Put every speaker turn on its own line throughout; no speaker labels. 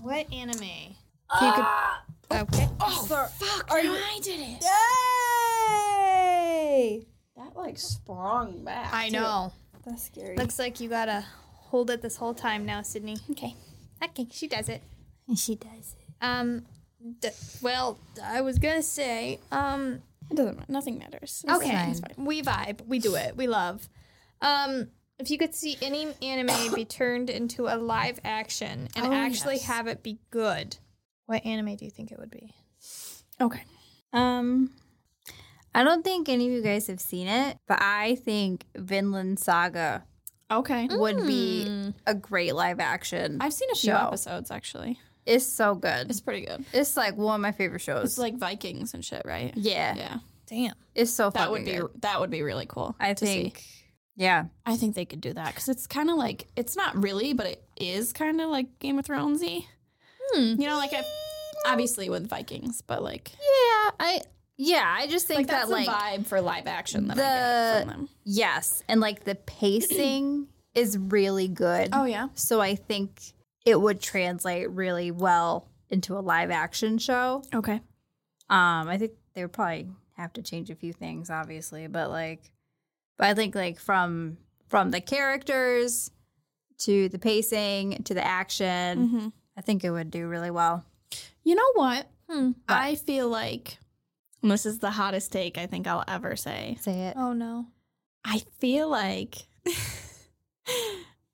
What anime?
Ah!
Okay.
Sir,
Fuck,
Are
now
you-
I did it.
Yay! That like sprung back.
I
too.
know.
That's scary.
Looks like you gotta hold it this whole time now, Sydney.
Okay.
Okay, she does it.
And she does it.
Um, d- well, I was gonna say, um,
It doesn't matter. Nothing matters. It's
okay,
fine, It's fine.
we vibe, we do it, we love. Um, if you could see any anime be turned into a live action and
Oh,
actually
yes.
have it be good, what anime do you think it would be?
Okay.
Um, I don't think any of you guys have seen it, but I think Vinland Saga
Okay.
would
Mm.
be a great live action.
I've seen a few
Show.
episodes actually.
It's so good.
It's
It's,
pretty good.
like one of my favorite shows.
It's like Vikings and shit, right?
yeah,
Yeah.
Damn.
it's so
That
fucking
would be
good.
that would be really cool.
I
to see.
think. Yeah,
I think they could do that because it's kind of like it's not really, but it is kind of like Game of Thronesy.
Hmm.
You know, like I obviously with Vikings, but like
yeah, I yeah, I just think
like
that
that's
like
the vibe for live action that I get
the-
from them.
yes, and like the pacing is really good.
Oh yeah,
So I think it would translate really well into a live action show.
okay.
Um, I think they would probably have to change a few things, obviously, but like, but I think like from from the characters to the pacing to the action,
hmm
I think it would do really well.
You know what?
Hmm.
I feel like and this is the hottest take I think I'll ever say.
Say it.
Oh no.
I feel like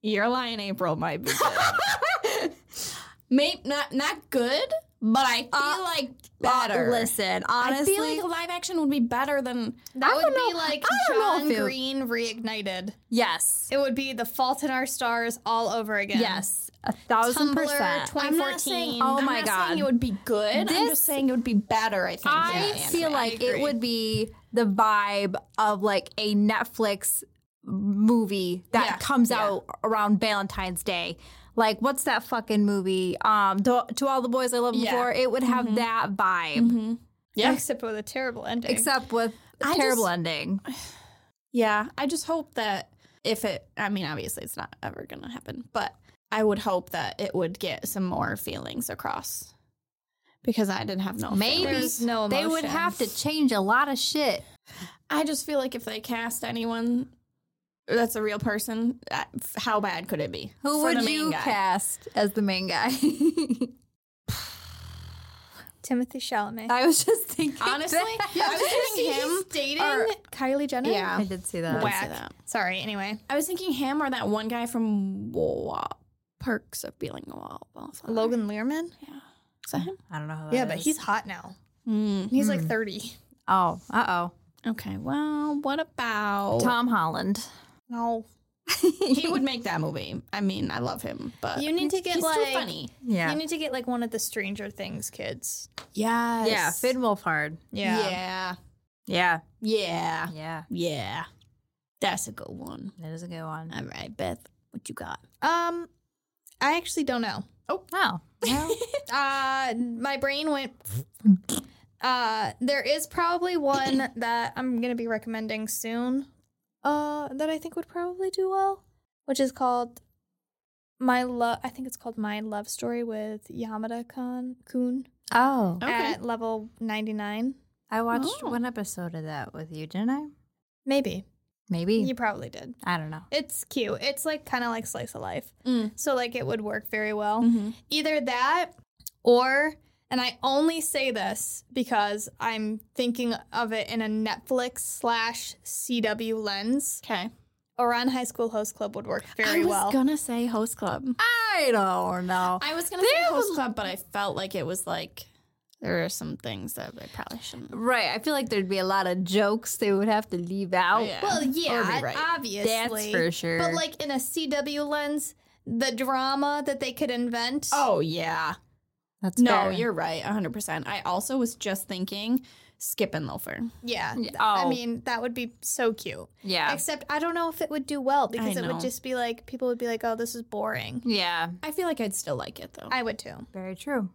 your lion April might be good. Maybe not not good, but I feel
Uh,
like
Uh,
better.
listen, honestly,
I feel like live action would be better than
That
don't
would be
know-
like
I don't know
John
if it-
Green reignited.
yes,
It would be The Fault in Our Stars all over again.
yes, a thousand
Tumblr,
percent.
20
I'm not saying,
2014.
Oh
I'm
my
not saying
God.
it would be good. I'm
This-
just saying it would be better. I think.
I
than
feel
anime.
like it
agree.
would be the vibe of like a Netflix movie that
Yeah,
comes
yeah.
out around Valentine's Day. Like what's that fucking movie? Um, to, to all the boys I loved
Yeah. Mm-hmm.
before, it would have that vibe,
Mhm. Yeah.
Except with a terrible ending.
except with a
I
terrible
just-
ending.
Yeah, I just hope that if it, I mean, obviously it's not ever going to happen, but I would hope that it would get some more feelings across because I didn't have no
Maybe.
feelings.
There's no
They would
emotion.
have to change a lot of shit.
I just feel like if they cast anyone that's a real person, that- how bad could it be?
Who
For the
would
main
you
guy.
cast as the main guy?
Timothy Chalamet.
I was just thinking.
Honestly,
that.
I was thinking him.
dating
or-
Kylie Jenner.
Yeah.
I did see that.
Whack.
Sorry. Anyway,
I was thinking him or that one guy from Wa- Perks of Being a Wall. Wallflower.
Logan Learman.
Yeah. Is that him?
I don't know. Who that
Yeah, but
is.
he's hot now.
Hmm.
He's like thirty.
oh, uh oh.
Okay, well, what about.
Tom Holland.
No.
he would make that movie. I mean, I love him, but
You need to get
he's
like
too funny.
Yeah.
you need to get like one of the Stranger Things kids.
Yes.
Yeah, Finn Wolfhard.
Yeah.
Yeah.
Yeah.
Yeah.
Yeah.
Yeah. That's a good one.
That is a good one.
All right, Beth, what you got?
Um, I actually don't know.
Oh. Well,
Uh, my brain went. Uh, there is probably one that I'm gonna be recommending soon. Uh, that I think would probably do well, which is called my love. I think it's called my love story with Yamada Khan Kun
oh.
Okay.
at level 99.
I watched
Oh.
one episode of that with you, didn't I?
Maybe
Maybe.
you probably did.
I don't know.
It's cute. It's like kind of like slice of life.
Mm.
So like it would work very well.
Mm-hmm.
either that or and I only say this because I'm thinking of it in a Netflix slash CW lens.
Okay.
Oran High School Host Club would work
I
very
was
well.
gonna say Host Club.
I don't know.
I was gonna say Host Club, but I felt like it was like there are some things that I probably shouldn't.
Right. I feel like there'd be a lot of jokes they would have to leave out.
Yeah.
well, yeah,
Or be right.
obviously.
That's for sure.
But like in a CW lens, the drama that they could invent.
Oh yeah.
that's
No,
fair.
you're right, 100. percent I also was just thinking Skip and Loafer.
yeah.
Yeah.
I
Oh.
mean, that would be so cute.
Yeah.
Except I don't know if it would do well because it
know.
would just be like people would be like, "Oh, this is boring."
yeah.
I feel like I'd still like it though.
I would too.
Very true.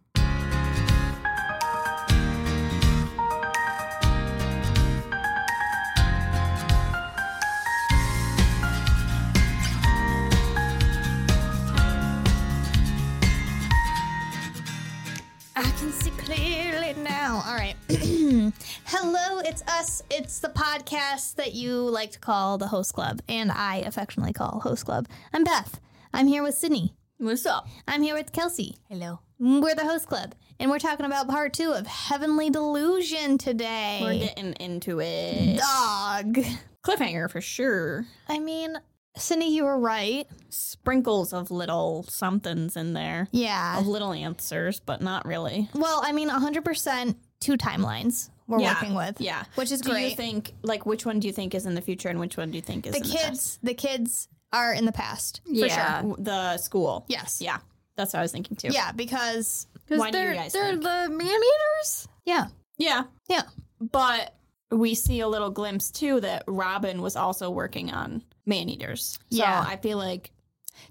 I can see clearly now. All right. Hello, it's us. It's the podcast that you like to call the Host Club, and I affectionately call Host Club. I'm Beth. I'm here with Sydney.
What's up?
I'm here with Kelsey. Hello. We're the Host Club, and we're talking about part two of Heavenly Delusion today.
We're getting into it.
Dog.
Cliffhanger for sure.
I mean, Sydney, you were right.
Sprinkles of little somethings in there,
Yeah.
of little answers, but not really.
Well, I mean, 100% two timelines we're
Yeah.
working with.
Yeah.
Which is
Do
great.
you think like which one do you think is in the future and which one do you think is
the
in
kids the kids are in the past for
Yeah.
sure
the, past? the school?
yes
Yeah, that's what I was thinking too.
yeah because
Why
Because
do you
they're,
guys
they're
think?
the man eaters?
yeah
yeah,
yeah
but we see a little glimpse too that Robin was also working on man eaters. So
Yeah.
I feel like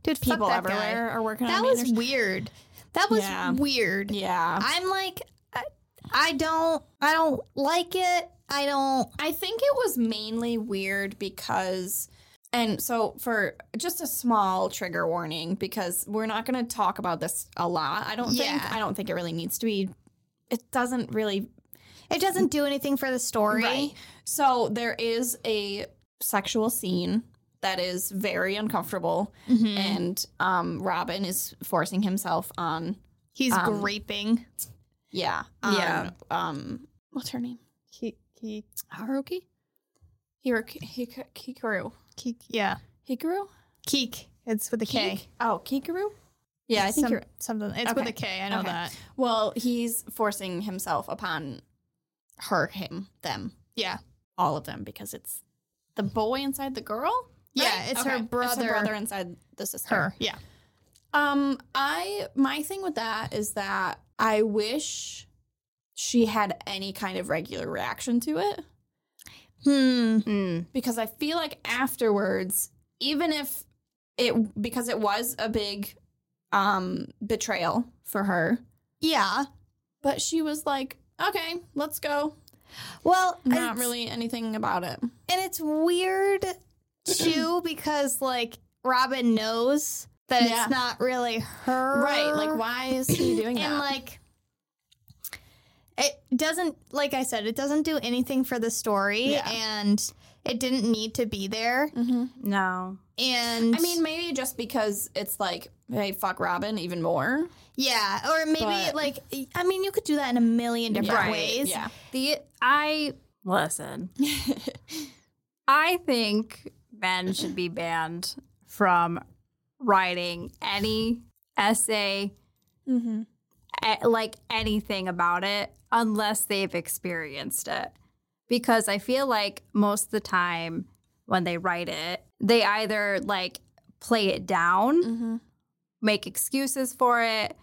dude fuck
people
that
everywhere are working
guy. that
on
was
man eaters.
weird that was
Yeah.
weird
Yeah,
i'm like I, I don't i don't like it i don't
I think it was mainly weird because, and so for just a small trigger warning, because we're not going to talk about this a lot. I don't
Yeah.
think. I don't think it really needs to be. It doesn't really.
it doesn't do anything for the story
So there is a sexual scene that is very uncomfortable,
Mhm.
and um, Robin is forcing himself on.
he's
Um,
graping
Yeah. On,
Yeah.
Um. What's her name? Haruki. Hiroki. Hik- Hikaru.
keek yeah
Hikaru.
keek it's with a k
Keek? Oh, Kikaru? Yeah, I think
Some-
you're.
something it's with
Okay.
a k i know
Okay.
that
Well, he's forcing himself upon her, him, them,
yeah
all of them, because it's the boy inside the girl.
Yeah, it's her brother-
brother inside the sister.
her yeah
Um, I my thing with that is that I wish she had any kind of regular reaction to it
hmm
Mm.
because I feel like afterwards, even if it because it was a big um betrayal for her,
yeah
But she was like, okay, let's go.
well
Not
it's-
really anything about it.
And it's weird too because like Robin knows that
Yeah.
it's not really her.
Right. Like, why is he doing that?
And like it doesn't like I said, it doesn't do anything for the story
Yeah.
and it didn't need to be there.
Mhm.
No.
And
I mean, maybe just because it's like, hey, fuck Robin even more.
yeah, or maybe
But-
like I mean, you could do that in a million different
Right,
ways.
Yeah.
The I listen. I think men should be banned from writing any essay,
mm-hmm.
eh, like anything about it, unless they've experienced it. Because I feel like most of the time when they write it, they either like play it down
Mm-hmm.
make excuses for it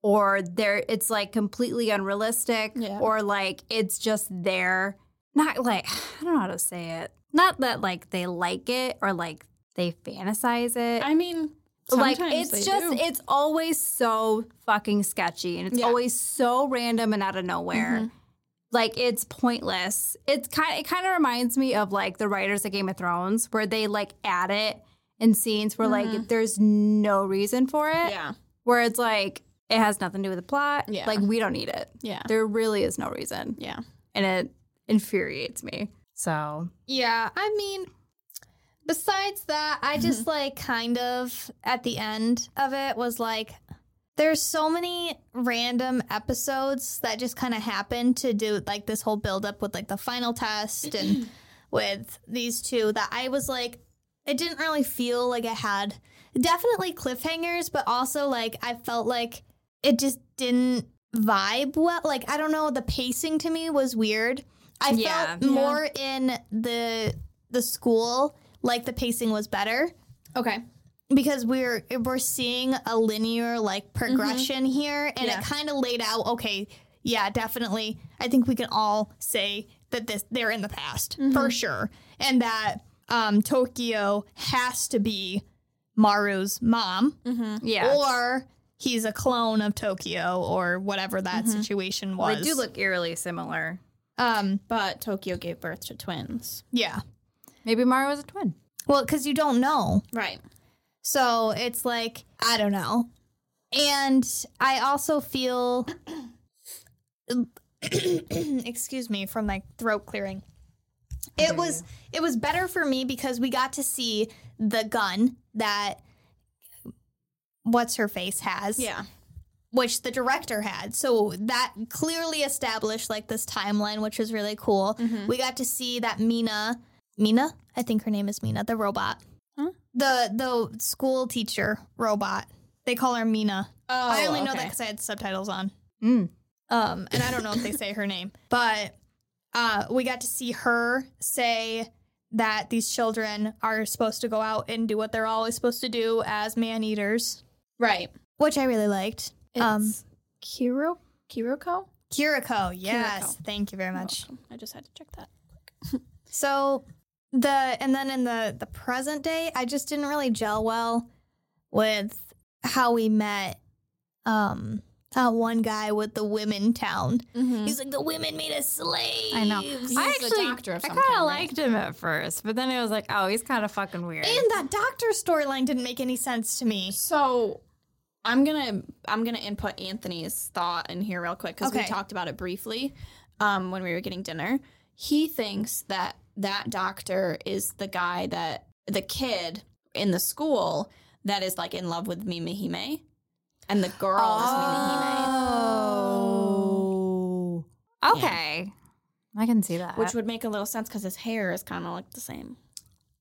or they're it's like completely unrealistic
Yeah.
or like it's just there not like i don't know how to say it not that like they like it or like they fantasize it
I mean,
like
sometimes they
it's just
do.
it's always so fucking sketchy and it's
Yeah. Mm-hmm.
always so random and out of nowhere like it's pointless it's kind it kind of reminds me of like the writers of game of thrones where they like add it in scenes where
Mm-hmm.
like there's no reason for it
yeah.
where it's like it has nothing to do with the plot.
Yeah.
Like we don't need it.
Yeah.
There really is no reason.
Yeah.
And it infuriates me. So
Yeah, I mean, besides that, I
Mm-hmm.
just like kind of at the end of it was like, there's so many random episodes that just kind of happen to do like this whole build up with like the final test and with these two that I was like, it didn't really feel like it had definitely cliffhangers, but also like I felt like it just didn't vibe well. Like I don't know, the pacing to me was weird. I
Yeah.
felt more in the the school like the pacing was better
Okay.
because we're we're seeing a linear like
Mm-hmm.
progression here and
Yeah.
it kind of laid out okay yeah definitely i think we can all say that this they're in the past
Mm-hmm.
for sure and that um tokyo has to be maru's mom
yeah.
or he's a clone of tokyo or whatever that situation was
Mm-hmm. they do look eerily similar.
um
But Tokyo gave birth to twins.
yeah
Maybe Mara was a twin.
well because you don't know
Right.
So it's like, I don't know. And I also feel excuse me from like throat clearing it was it was better for me because we got to see the gun that what's her face has
Yeah.
which the director had so that clearly established like this timeline which was really cool
Mm-hmm.
we got to see that mina mina i think her name is mina the robot
Huh?
the the school teacher robot they call her mina
Oh,
i only know that
okay.
because i had subtitles on
Mm.
um, and I don't know if they say her name, but uh, we got to see her say that these children are supposed to go out and do what they're always supposed to do as man eaters,
Right.
which I really liked. Um,
It's Kiro Kiroko.
Kiriko, yes, thank you very
You're
much.
welcome. I just had to check that.
So the and then in the the present day, I just didn't really gel well with how we met. Um, that one guy with the women town.
Mm. Mm-hmm.
He's like, the women made us slaves.
I know. I
He's a
actually,
doctor of
I
some
kind of
kind, right?
liked him at first, but then it was like, oh, he's kind of fucking weird.
And that doctor storyline didn't make any sense to me.
So I'm gonna I'm gonna input Anthony's thought in here real quick because we
Okay.
talked about it briefly um, when we were getting dinner. He thinks that that doctor is the guy that the kid in the school that is like in love with Mimihime, and the girl is
oh. Okay. I can see that.
Mimihime, which would make a little sense because his hair is kind of like the same.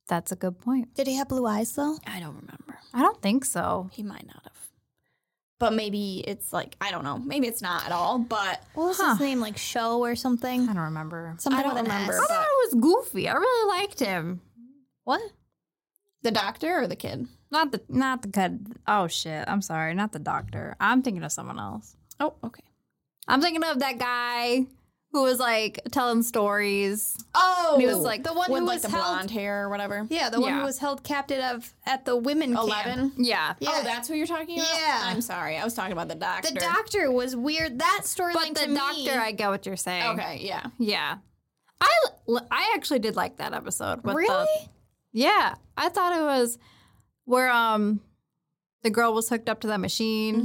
That's a good point.
Did he have blue eyes though?
I don't remember.
I don't think so.
He might not have. But maybe it's like I don't know. Maybe it's not at all. But
What was
Huh.
his name? Like Show or something?
I don't remember.
Something
I don't
with an
remember.
S.
I thought it was goofy. I really liked him.
What?
the doctor or the kid?
Not the not the cut. Oh shit! I'm sorry. Not the doctor. I'm thinking of someone else.
Oh, okay.
I'm thinking of that guy who was like telling stories.
Oh,
He was like
the one
with
who
like
was
the
held-
blonde hair or whatever.
Yeah, the one
Yeah.
who was held captive of at the women camp.
Eleven.
Yeah.
Yeah.
Oh, that's who you're talking about.
Yeah.
I'm sorry, I was talking about the doctor.
the doctor was weird. That storyline
But
to
the
me-
doctor, I get what you're saying.
Okay, yeah.
Yeah. I l- I actually did like that episode. With the-
really?
yeah. I thought it was where um the girl was hooked up to that machine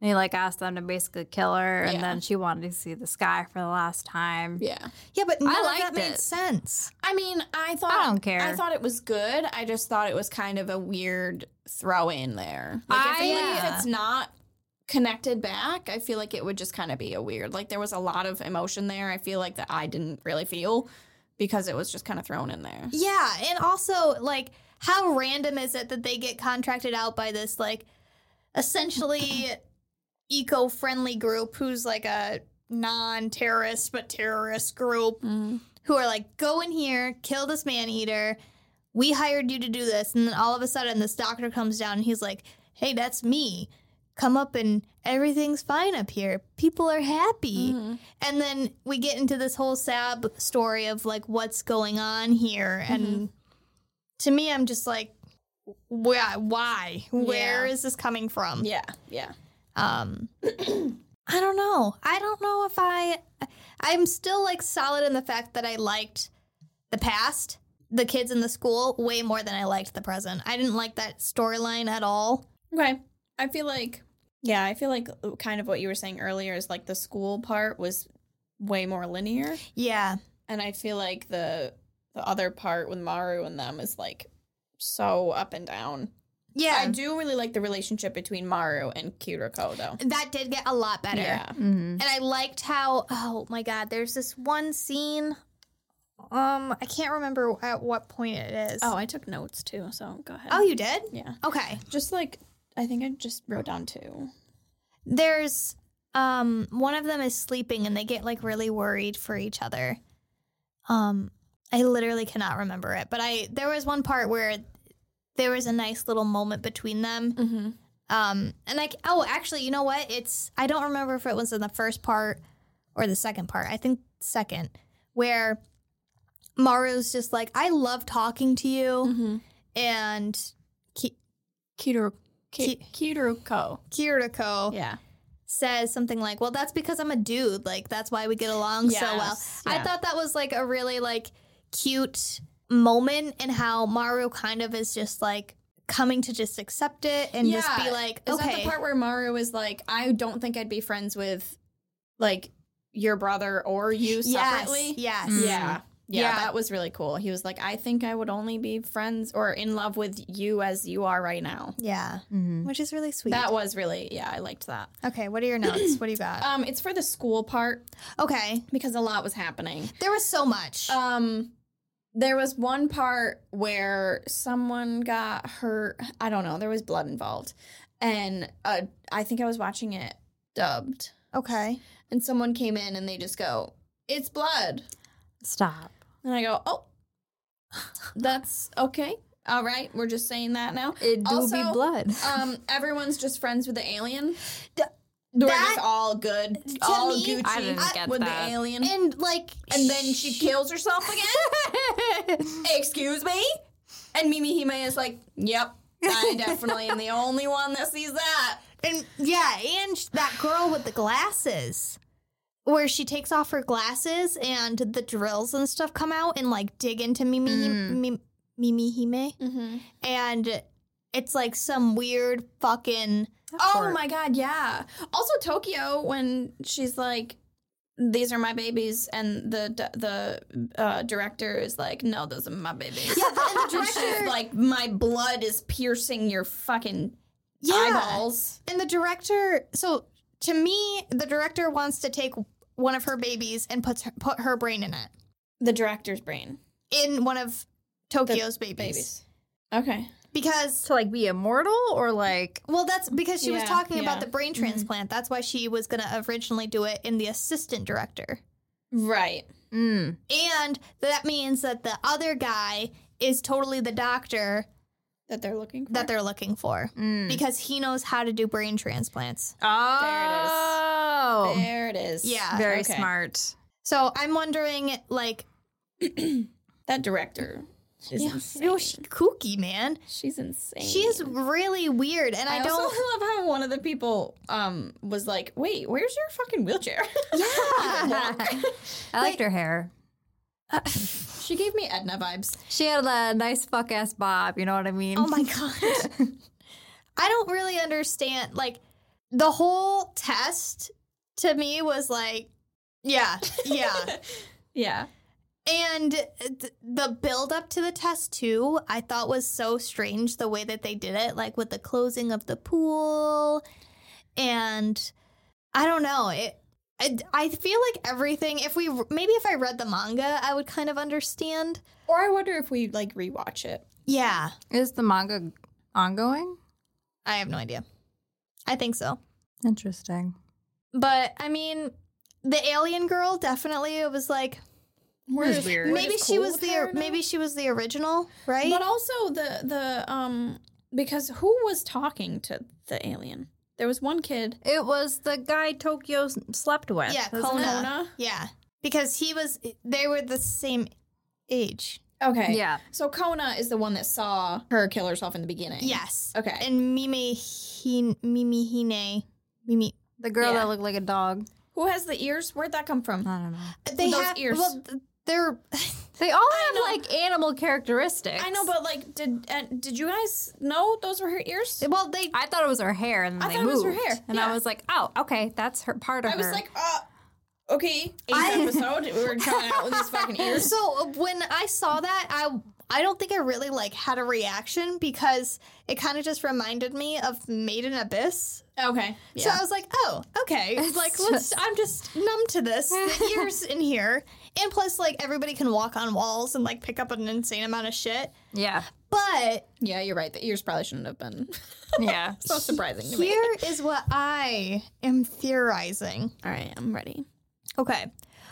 and he like asked them to basically kill her and
Mm-hmm. Yeah.
then she wanted to see the sky for the last time.
Yeah.
Yeah, but none of that
liked
made
it.
sense.
I mean, I thought
I don't care.
I thought it was good. I just thought it was kind of a weird throw in there. Like, I,
I-
feel like
yeah.
if it's not connected back, I feel like it would just kind of be a weird. Like there was a lot of emotion there. I feel like that I didn't really feel because it was just kind of thrown in there.
Yeah, and also like how random is it that they get contracted out by this like essentially eco-friendly group who's like a non-terrorist but terrorist group
Mm-hmm.
who are like go in here, kill this man eater. We hired you to do this and then all of a sudden this doctor comes down and he's like, "Hey, that's me. Come up and everything's fine up here. People are happy." And then we get into this whole Sab story of like what's going on here. And to me, I'm just like, why? Why? Where
Yeah.
is this coming from?
Yeah, yeah.
Um, I don't know. I don't know if I. I'm still like solid in the fact that I liked the past, the kids in the school, way more than I liked the present. I didn't like that storyline at all.
Okay. I feel like, yeah, I feel like kind of what you were saying earlier is like the school part was way more linear.
Yeah.
And I feel like the the other part with Maru and them is like so up and down.
Yeah.
I do really like the relationship between Maru and Kiriko though.
that did get a lot better.
Yeah.
Mm-hmm.
And I liked how oh my god, there's this one scene. Um, I can't remember at what point it is.
Oh, I took notes too, so go ahead.
oh, you did?
yeah.
Okay.
Just like I think I just wrote down two.
There's um one of them is sleeping and they get like really worried for each other. Um, I literally cannot remember it, but I there was one part where there was a nice little moment between them.
Mm-hmm.
Um, and like, oh, actually, you know what? It's I don't remember if it was in the first part or the second part. I think second, where Maru's just like, I love talking to you,
Mm-hmm.
and Ki-
Kiriko.
Ki-
Kiriko.
Kiriko
Yeah.
says something like, "Well, that's because I'm a dude. Like, that's why we get along so well."
Yes,
I
yeah.
thought that was like a really like cute moment, and how Maru kind of is just like coming to just accept it and just
Yeah.
be like,
Is
"Okay."
that the part where Maru is like, I don't think I'd be friends with like your brother or you separately.
Yes.
Mm.
Yeah. Yeah,
Yeah.
that was really cool. He was like, I think I would only be friends or in love with you as you are right now.
Yeah.
Mm-hmm.
Which is really sweet.
That was really, yeah, I liked that.
okay, what are your notes? What do you got?
Um, it's for the school part
okay.
because a lot was happening.
There was so much.
Um, there was one part where someone got hurt. I don't know. There was blood involved, and uh, I think I was watching it dubbed,
okay.
and someone came in and they just go, "It's blood,"
Stop.
and I go, "Oh, that's okay. All right, we're just saying that now."
It do
Also,
be blood.
Um, everyone's just friends with the alien.
D-
We're
that-
just all good, all
me-
Gucci
I didn't get
with
that.
the alien, and,
And like
then she kills herself again. excuse me? And Mimi Hime is like, yep, I definitely am the only one that sees that.
And yeah, and sh- that girl with the glasses, where she takes off her glasses and the drills and stuff come out and like dig into Mimi
Mm.
Mimi, Mimi Hime, and it's like some weird fucking
Oh
part.
my god, yeah. Also Tokyo when she's like, these are my babies, and the d- the uh, director is like, no, those are my babies.
yeah. the- And the
And she's
director,
like, my blood is piercing your fucking
yeah,
eyeballs.
and the director. So to me, the director wants to take one of her babies and puts her, put her brain in it
The director's brain.
in one of Tokyo's babies.
Okay.
because
to like be immortal or like
Well, that's because she was
Yeah,
talking about
yeah.
the brain transplant. That's why she was going to originally do it in the assistant director.
Right.
mm.
And that means that the other guy is totally the doctor
That they're looking for.
that they're looking for
Mm.
because he knows how to do brain transplants.
Oh,
there it is.
Yeah.
very
Okay.
smart.
So I'm wondering, like,
That director. She's
yeah, yo, she kooky, man.
She's insane.
She is really weird. And I,
I,
don't.
also love how one of the people um was like, "Wait, where's your fucking wheelchair?"
I liked her hair.
she gave me Edna vibes.
She had a nice fuck ass bob. You know what I mean?
Oh my god. I don't really understand like the whole test to me was like yeah, yeah.
Yeah.
and th- the build up to the test too, I thought was so strange the way that they did it like with the closing of the pool and I don't know. It I, I feel like everything if we maybe if I read the manga, I would kind of understand.
Or I wonder if we like rewatch it.
Yeah.
Is the manga ongoing?
I have no idea. I think so.
Interesting.
But I mean, the alien girl definitely it was like
We're weird.
maybe she was the maybe she was the original, right?
But also the the um because who was talking to the alien? There was one kid.
It was the guy Tokyo s- slept with.
yeah,
wasn't
Kona.
Kona?
Yeah. Because he was they were the same age.
it?
Okay.
Yeah.
So Kona is the one that saw her kill herself in the beginning.
Yes.
Okay.
And Mimi Hin Mimi Hine Mimi
The girl
Yeah.
that looked like a dog.
who has the ears? Where'd that come from?
I don't know.
they
Those
have
ears.
well th- they're
They all
know.
have like animal characteristics.
I know, but like, did uh, did you guys know those were her ears?
well they
I thought it was her hair, and then
I
they
thought it
moved.
was her hair,
and I
yeah.
was like, "Oh, okay, that's her part of
I was
her."
like, uh, okay, eighth episode, we were coming out with these fucking ears.
So when I saw that, I I don't think I really like had a reaction because it kind of just reminded me of Maiden Abyss.
Okay, yeah.
So I was like, oh, okay.
It's
like let's
just-
I'm just numb to this. The ears in here. And plus like everybody can walk on walls and like pick up an insane amount of shit.
yeah,
But
yeah, you're right. The ears probably shouldn't have been
yeah.
so surprising to me.
here is what I am theorizing.
All right, I'm ready.
Okay.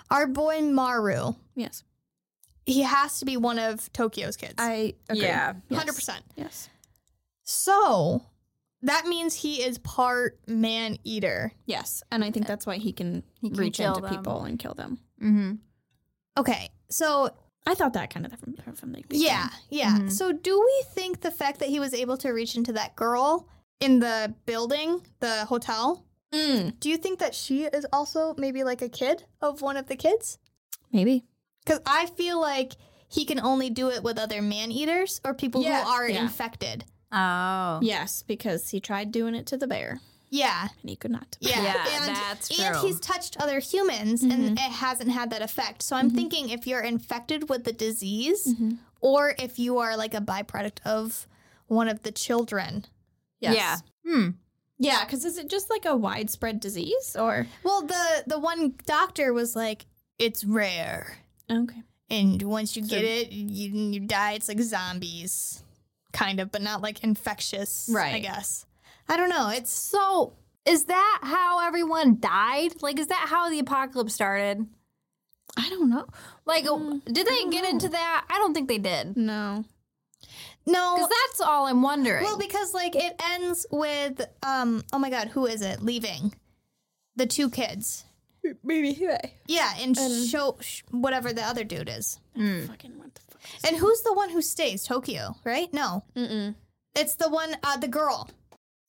Our boy Maru,
Yes,
he has to be one of Tokyo's kids.
I agree.
Yeah.
Yes.
100%.
Yes,
So that means he is part man eater.
yes, and I think that's why he can,
He can
reach
kill
into
them.
people and kill them.
Mm-hmm.
Okay. So
I thought that kind of from, from the beginning.
yeah, yeah.
Mm-hmm.
Mhm.
So do we think the fact that he was able to reach into that girl in the building, the hotel,
Mm,
do you think that she is also maybe like a kid of one of the kids?
maybe.
Because I feel like he can only do it with other man eaters or people
Yeah,
who are
yeah.
infected.
Oh,
Yes, because he tried doing it to the bear.
Yeah,
and he could not.
yeah,
Yeah,
and,
that's
and
true.
he's touched other humans, and it hasn't had that effect. So I'm thinking if you're infected with the disease, or if you are like a byproduct of one of the children.
Yes.
Yeah. Hmm.
Yeah, because is it just like a widespread disease or?
Well, the the one doctor was like, "It's rare,
Okay.
and once you get it, you, you die. It's like zombies, kind of, but not like infectious. I
Right.
guess. I don't know. It's
So is that how everyone died? Like, is that how the apocalypse started?
I don't know.
Like, did they get into that? I don't think they did.
No.
no.
Because that's all I'm wondering.
Well, because like it ends with um oh my god, who is it leaving? The two kids.
Maybe he may.
Yeah, and show sh- whatever the other dude is.
Fucking what the fuck?
And who's the one who stays? Tokyo, right? No,
Mm-mm.
it's the one, uh, the girl.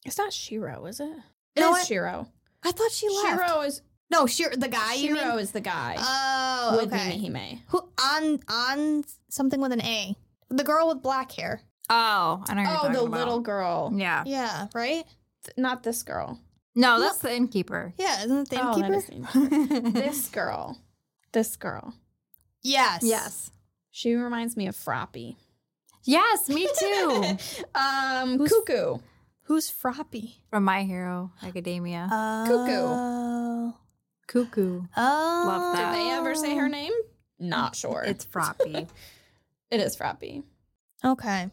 It's not Shiro, is it?
You know
it
what?
is Shiro.
I thought she left.
Shiro is
No, Shiro, the guy. you
Shiro
mean?
is the guy
Oh,
with
okay.
Minihime.
Who on on something with an A? The girl with black hair.
oh, I don't know.
Oh, the little girl.
Yeah.
Yeah, right.
Th- Not this girl.
No, that's the innkeeper.
Yeah, isn't it the
Oh, that
innkeeper?
is the innkeeper. this girl. This girl.
yes.
yes.
She reminds me of Froppy.
Yes, me too.
Um, Cuckoo.
Who's Froppy?
From My Hero
Uh,
Academia.
Oh.
Cuckoo.
Oh.
Love that.
Did they ever say her name? Not sure.
Oh. It's Froppy.
it is Froppy.
Okay.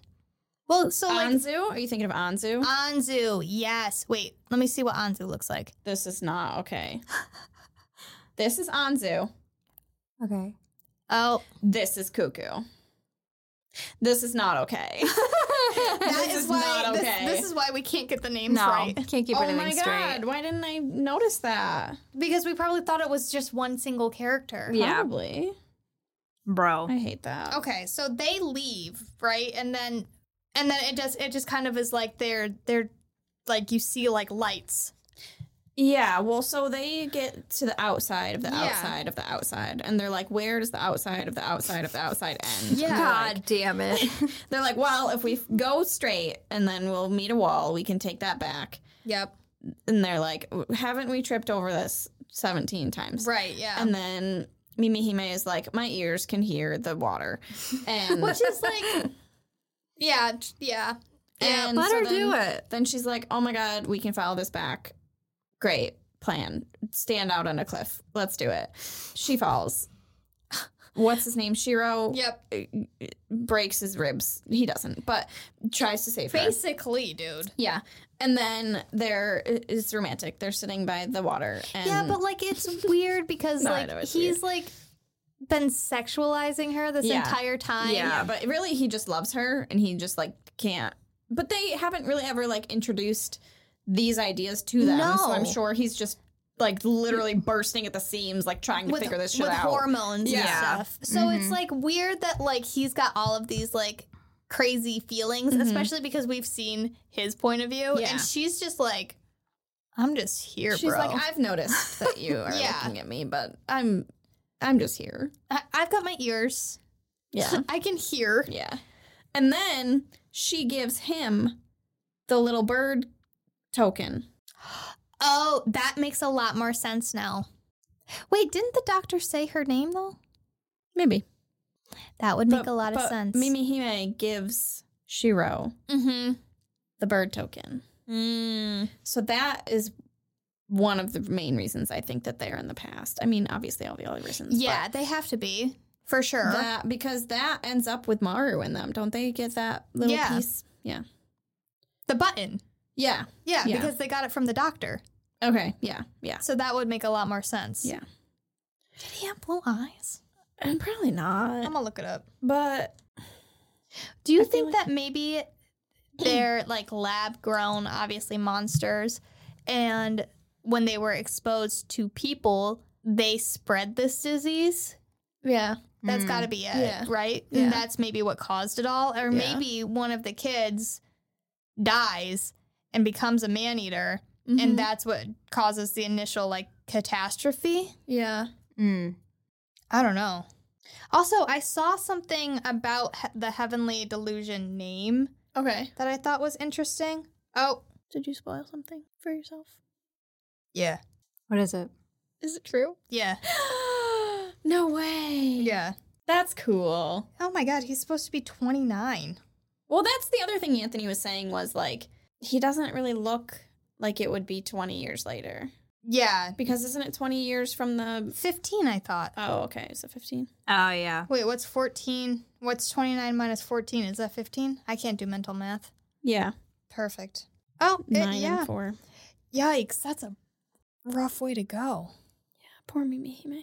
Well,
Oh,
so like
Anzu? Are you thinking of Anzu?
Anzu, yes. Wait, let me see what Anzu looks like.
this is not okay. this is Anzu.
okay.
Oh,
This is Cuckoo. This is not okay.
that
This
is
is
why
not
this-
okay.
This, is why we can't get the names
No,
right
can't keep
oh
anything
my
straight.
god, why didn't I notice that?
because we probably thought it was just one single character.
Yeah.
Probably.
Bro.
I hate that.
Okay, so they leave, right? And then and then it just it just kind of is like they're they're like you see like lights.
Yeah, well, so they get to the outside of the
Yeah.
outside of the outside, and they're like, where does the outside of the outside of the outside end?
Yeah.
God damn it.
They're like, well, if we f- go straight and then we'll meet a wall, we can take that back.
Yep.
And they're like, haven't we tripped over this 17 times?
Right, yeah.
And then Mimihime is like, my ears can hear the water. And,
Which is like Yeah, t- yeah. Yeah.
and
Let
so
her
then-
do it.
Then she's like, oh my God, we can file this back. Great plan. Stand out on a cliff. Let's do it. She falls. What's his name? Shiro eh,
Yep.
breaks his ribs. He doesn't, but tries to save her.
Basically, dude.
Yeah. And then there it's romantic. They're sitting by the water and
Yeah, but like it's weird because
No, I
like
know it's
he's like been sexualizing her this
Yeah.
entire time.
yeah, but really he just loves her and he just like can't. But they haven't really ever like introduced these ideas to them. So I'm
No.
sure he's just like literally bursting at the seams like trying to
With,
figure this shit
with
out.
hormones
Yeah.
and stuff. So
Mm-hmm.
it's like weird that like he's got all of these like crazy feelings, especially because we've seen his point of view
Mm-hmm. Yeah.
and she's just like I'm just here,
She's
bro.
like I've noticed that you are
Yeah.
looking at me, but I'm I'm just here.
I- I've got my ears.
Yeah.
I can hear.
Yeah. And then she gives him the little bird token.
Oh, that makes a lot more sense now. Wait, didn't the doctor say her name though?
Maybe.
That would make
But-
a lot of
but
sense.
Mimihime gives Shiro
Mm-hmm.
the bird token.
Mm.
So that is one of the main reasons I think that they're in the past. I mean, obviously all the other reasons. but
Yeah, they have to be for sure.
That because that ends up with Maru in them. Don't they get that little
Yeah.
piece? Yeah.
the button.
Yeah.
Yeah,
Yeah.
because they got it from the doctor.
Okay. Yeah. Yeah.
So that would make a lot more sense.
Yeah.
Did he have blue eyes?
And probably
I'm
not.
gonna look it up.
But
Do you think that maybe they're like lab grown, obviously monsters, and when they were exposed to people, they spread this disease? Yeah. that's
Mm.
got to be it,
Yeah.
right?
Yeah.
And that's maybe what caused it all. Or
Yeah.
maybe one of the kids dies and becomes a man eater,
Mhm.
mm-hmm.
and that's what causes the initial like catastrophe.
yeah.
Mm.
I don't know. Also, I saw something about he- the heavenly delusion name
Okay.
that I thought was interesting. Oh,
Did you spoil something for yourself?
Yeah.
What is it?
Is it true?
Yeah.
no way.
Yeah.
That's cool.
Oh my god, he's supposed to be 29.
Well, that's the other thing Anthony was saying was like he doesn't really look like it would be 20 years later
Yeah.
because isn't it 20 years from the
15, I thought.
Oh, okay. So 15.
Oh yeah.
Wait, what's 14? What's 29 minus 14? Is that 15? I can't do mental math.
Yeah.
Perfect. Oh, it-
9
yeah.
and 4.
Yikes, that's a rough way to go.
Poor Mimi Hime.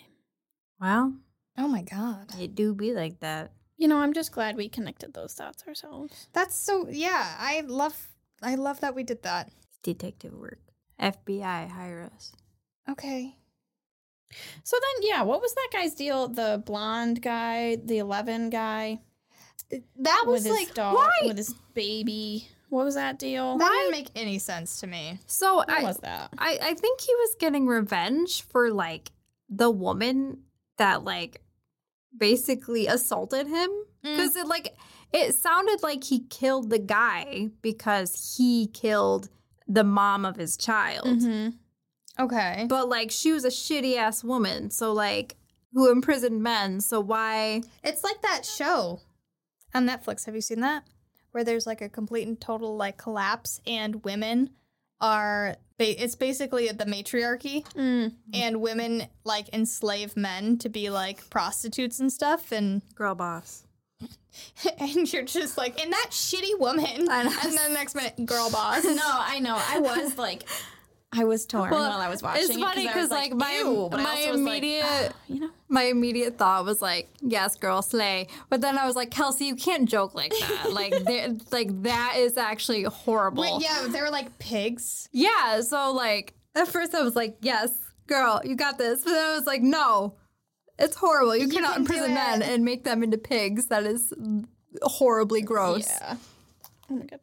Well,
Oh my god.
it do be like that.
You know, I'm just glad we connected those dots ourselves.
That's so yeah, I love I love that we did that.
Detective work. FBI hire us.
Okay.
So then, yeah, what was that guy's deal? The blonde guy, the 11 guy
That was
with his
like
dog,
why?
with his baby. What was that deal?
That didn't make any sense to me.
So
What
I,
was that?
I I think he was getting revenge for like the woman that like basically assaulted him
Mm.
because it like it sounded like he killed the guy because he killed the mom of his child.
Mhm.
Okay.
But like she was a shitty ass woman, so like who imprisoned men, so why
It's like that show on Netflix. Have you seen that? Where there's like a complete and total like collapse, and women are. Ba- it's basically the matriarchy,
Mm.
and women like enslave men to be like prostitutes and stuff, and
girl boss?
and you're just like, and that shitty woman,
I know.
and then the next minute, girl boss.
No, I know. I was like, I was torn
Well,
while I was watching.
It's
it
funny
I was
because like, my
ew, but I
my
also was like, "Ah."
immediate
you know,
my immediate thought was like, yes, girl, slay. But then I was like, Kelsey, you can't joke like that. like, there- like that is actually horrible.
Wait, yeah, they were like pigs.
Yeah, So like at first I was like, yes, girl, you got this. But then I was like, no, it's horrible. You, cannot
can do
imprison men
it.
and make them into pigs. That is horribly gross.
yeah. Oh my god.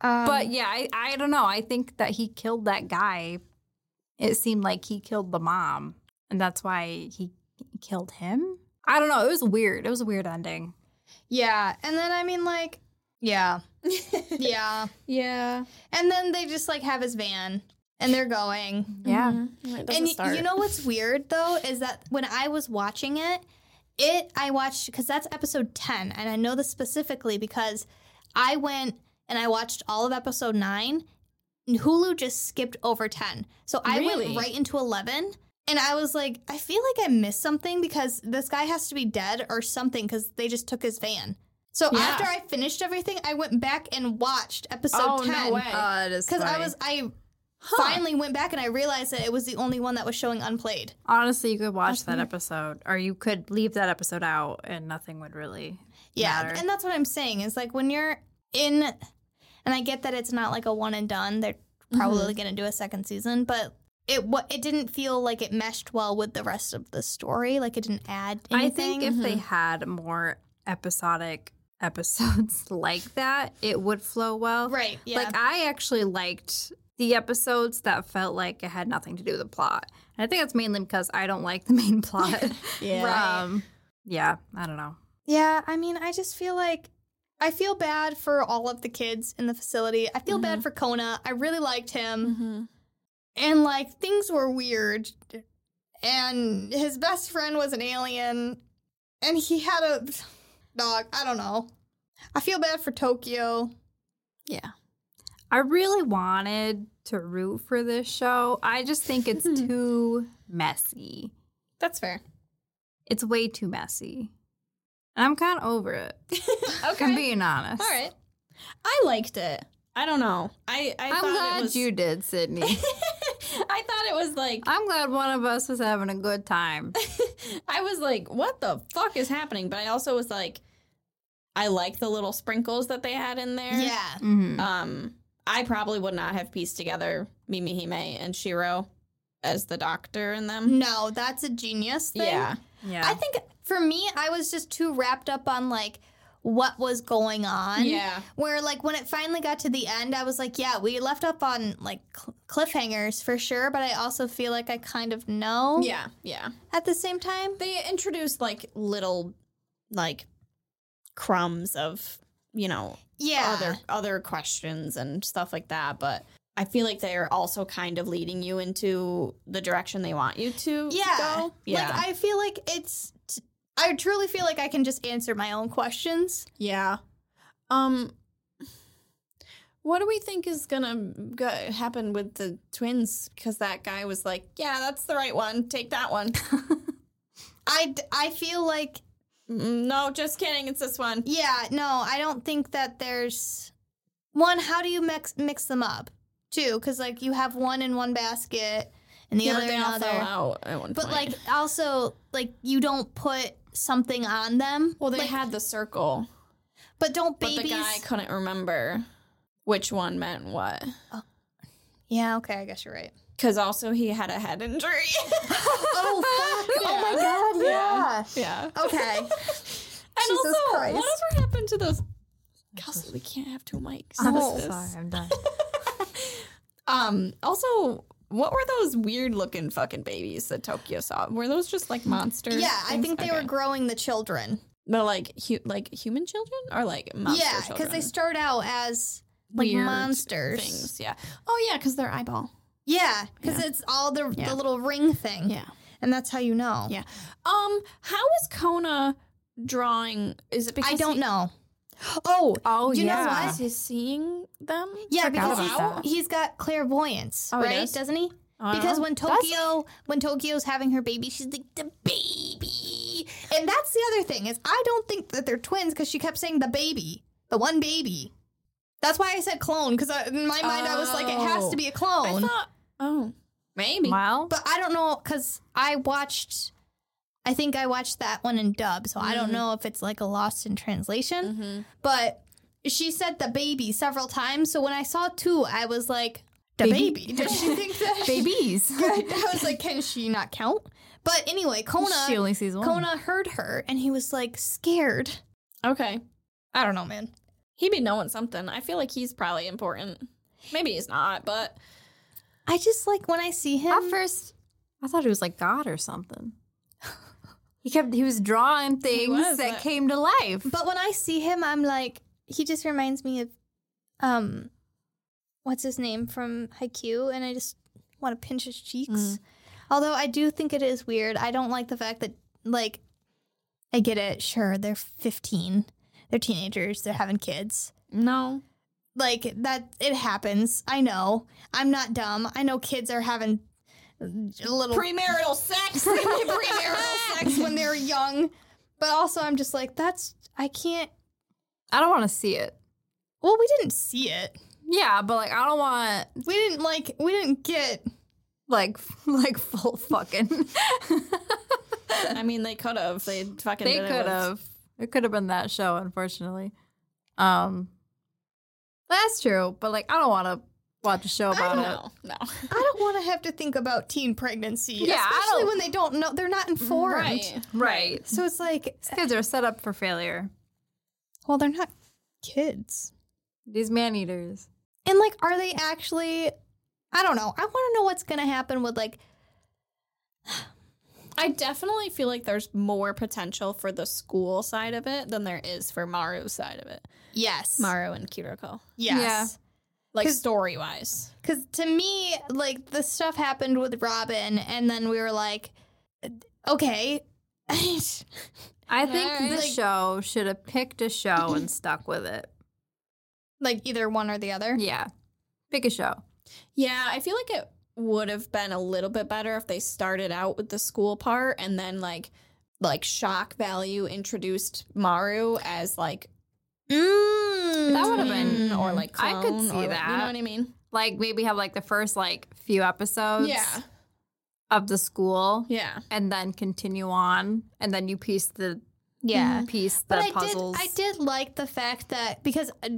Um,
But yeah, I, I don't know. I think that he killed that guy. It seemed like he killed the mom, and that's why he killed him. I don't know. It was weird. It was a weird ending.
yeah, and then I mean like, yeah, yeah,
Yeah.
and then they just like have his van, and they're going.
Mm-hmm.
Yeah.
and y- you know what's weird though is that when I was watching it, it I watched because that's episode ten, and I know this specifically because I went and I watched all of episode nine. And Hulu just skipped over ten, so I
Really?
went right into eleven. And I was like, I feel like I missed something because this guy has to be dead or something because they just took his van. So
Yeah.
after I finished everything, I went back and watched episode
Oh, no
ten
way.
Uh, it is
because I
funny.
was I finally went back and I realized that it was the only one that was showing unplayed.
honestly, you could watch that episode, or you could leave that episode out, and nothing would really.
Yeah,
Matter.
and that's what I'm saying is like when you're in, and I get that it's not like a one and done. They're
Mm-hmm.
probably
Mm-hmm.
going to do a second season, but it what it didn't feel like it meshed well with the rest of the story. Like it didn't add anything.
I think if
mm-hmm.
they had more episodic episodes like that, it would flow well.
right, yeah,
Like I actually liked the episodes that felt like it had nothing to do with the plot. And I think that's mainly because I don't like the main plot.
Yeah.
Right.
Um, yeah, I don't know.
yeah. I mean, I just feel like. I feel bad for all of the kids in the facility. I feel
Mm-hmm.
bad for Kona. I really liked him.
Mm-hmm.
and like things were weird and his best friend was an alien and he had a dog i don't know i feel bad for tokyo
I really wanted to root for this show. I just think it's too messy.
That's fair.
It's way too messy. And I'm kind of over it. If I'm being honest.
All right. I liked it. I don't know. I I
I'm
thought
glad
it was,
you did, Sydney.
I thought it was like
I'm glad one of us was having a good time.
I was like, what the fuck is happening? But I also was like, I like the little sprinkles that they had in there.
yeah
Mhm.
Um, I probably would not have pieced together Mimi Hime and Shiro as the doctor in them.
no that's a genius thing
Yeah.
Yeah.
i think for me i was just too wrapped up on like what was going on
Yeah.
where like when it finally got to the end i was like yeah we left up on like cl- cliffhangers for sure but i also feel like i kind of know
Yeah. Yeah.
at the same time
They introduced like little like crumbs of you know,
Yeah.
other other questions and stuff like that. But I feel like they're also kind of leading you into the direction they want you to
yeah.
go. Yeah.
Like I feel like it's I truly feel like I can just answer my own questions.
yeah. Um what do we think is gonna go- happen with the twins? Because that guy was like, "Yeah, that's the right one. Take that one."
I d- I feel like
Mm, no, just kidding. It's this one.
yeah, no, I don't think that there's one how do you mix mix them up? Two, cuz like you have one in one basket and the
yeah,
other
but
in
they all
another.
fell out at one
But
point.
like also like you don't put something on them.
well, they
like,
had the circle,
but don't
but
babies.
the guy couldn't remember which one meant what.
yeah, okay, I guess you're right.
Because also he had a head injury.
Oh, fuck.
Yeah.
God, yeah.
Yeah.
Okay.
And
Jesus
also,
Christ.
whatever happened to those? Kelsey, we can't have two mics.
I'm
What is
so
this?
sorry. I'm done.
Um. Also, what were those weird looking fucking babies that Tokyo saw? Were those just like monsters?
Yeah, I
things?
think they were
Okay.
growing the children.
But like, hu- like human children or like monster
yeah,
because
they start out as like
Weird
monsters.
things. Yeah. Oh yeah, because their eyeball.
Yeah, because
Yeah.
it's all the,
Yeah.
the little ring thing.
Yeah.
And that's how you know.
Yeah. Um. How is Kona drawing? Is it because
I don't
he-
know. Oh,
Oh,
You know
yeah.
Is he seeing them?
yeah,
Forgot
because
about
he's,
that.
he's got clairvoyance,
Oh, he
right?
does?
Doesn't he?
I don't
Because
know.
when Tokyo when Tokyo's having her baby, she's like the baby. And that's the other thing is I don't think that they're twins because she kept saying the baby, the one baby. That's why I said clone because in my mind I was like it has
Oh.
to be a clone.
I thought. Oh, maybe.
Wow.
But I don't know because I watched. I think I watched that one in dub, so I don't know if it's like a lost in translation. But she said the baby several times, so when I saw two, I was like, the baby.
Baby?
Did she think that?
Babies.
I was like, can she not count? But anyway, Kona.
she only sees one.
Kona heard her, and he was like scared.
Okay.
I don't know, man.
He'd be knowing something. I feel like he's probably important. Maybe he's not, but
I just like when I see him.
At first, I thought it was like God or something. He kept he was drawing things
was,
that
but-
came to life.
But when I see him, I'm like, he just reminds me of, um, what's his name from Haikyuu, and I just want to pinch his cheeks. Although I do think it is weird. I don't like the fact that, like, I get it. Sure, they're 15, they're teenagers, they're having kids.
no.
Like that, it happens. I know. I'm not dumb. I know kids are having a little
Premarital sex.
premarital sex when they're young, but also I'm just like, that's I can't.
I don't want to see it.
Well, we didn't see it.
Yeah, but like I don't want
We didn't like. We didn't get.
like like full fucking.
I mean, they could have. They fucking.
they
did it
could
with-
have. It could have been that show, unfortunately. Um, that's true. But like I don't want to watch a show about it.
No, no.
I don't want to have to think about teen pregnancy,
Yeah, I
especially
don't-
when they don't know. They're not informed.
Right.
So it's like,
These kids are set up for failure.
well, they're not kids.
These man eaters.
And like, are they actually? I don't know. I want to know what's gonna happen with like.
I definitely feel like there's more potential for the school side of it than there is for Maru's side of it.
Yes.
Maru and Kiriko.
Yes.
Like
'Cause-
story wise.
Because to me, like the stuff happened with Robin, and then we were like, okay.
I think
Alright.
the
Like-
show should have picked a show and stuck with it.
like either one or the other.
Yeah. Pick a show.
Yeah, I feel like it would have been a little bit better if they started out with the school part and then like like shock value introduced Maru as like
Mm.
That would have been-
twin or like
Mm-hmm. I could
clone
see
or- You
that.
know what I mean?
Like maybe have like the first like few episodes
Yeah.
of the school
Yeah.
and then continue on and then you piece the
yeah.
piece the
But I
puzzles.
did, I did like the fact that because uh,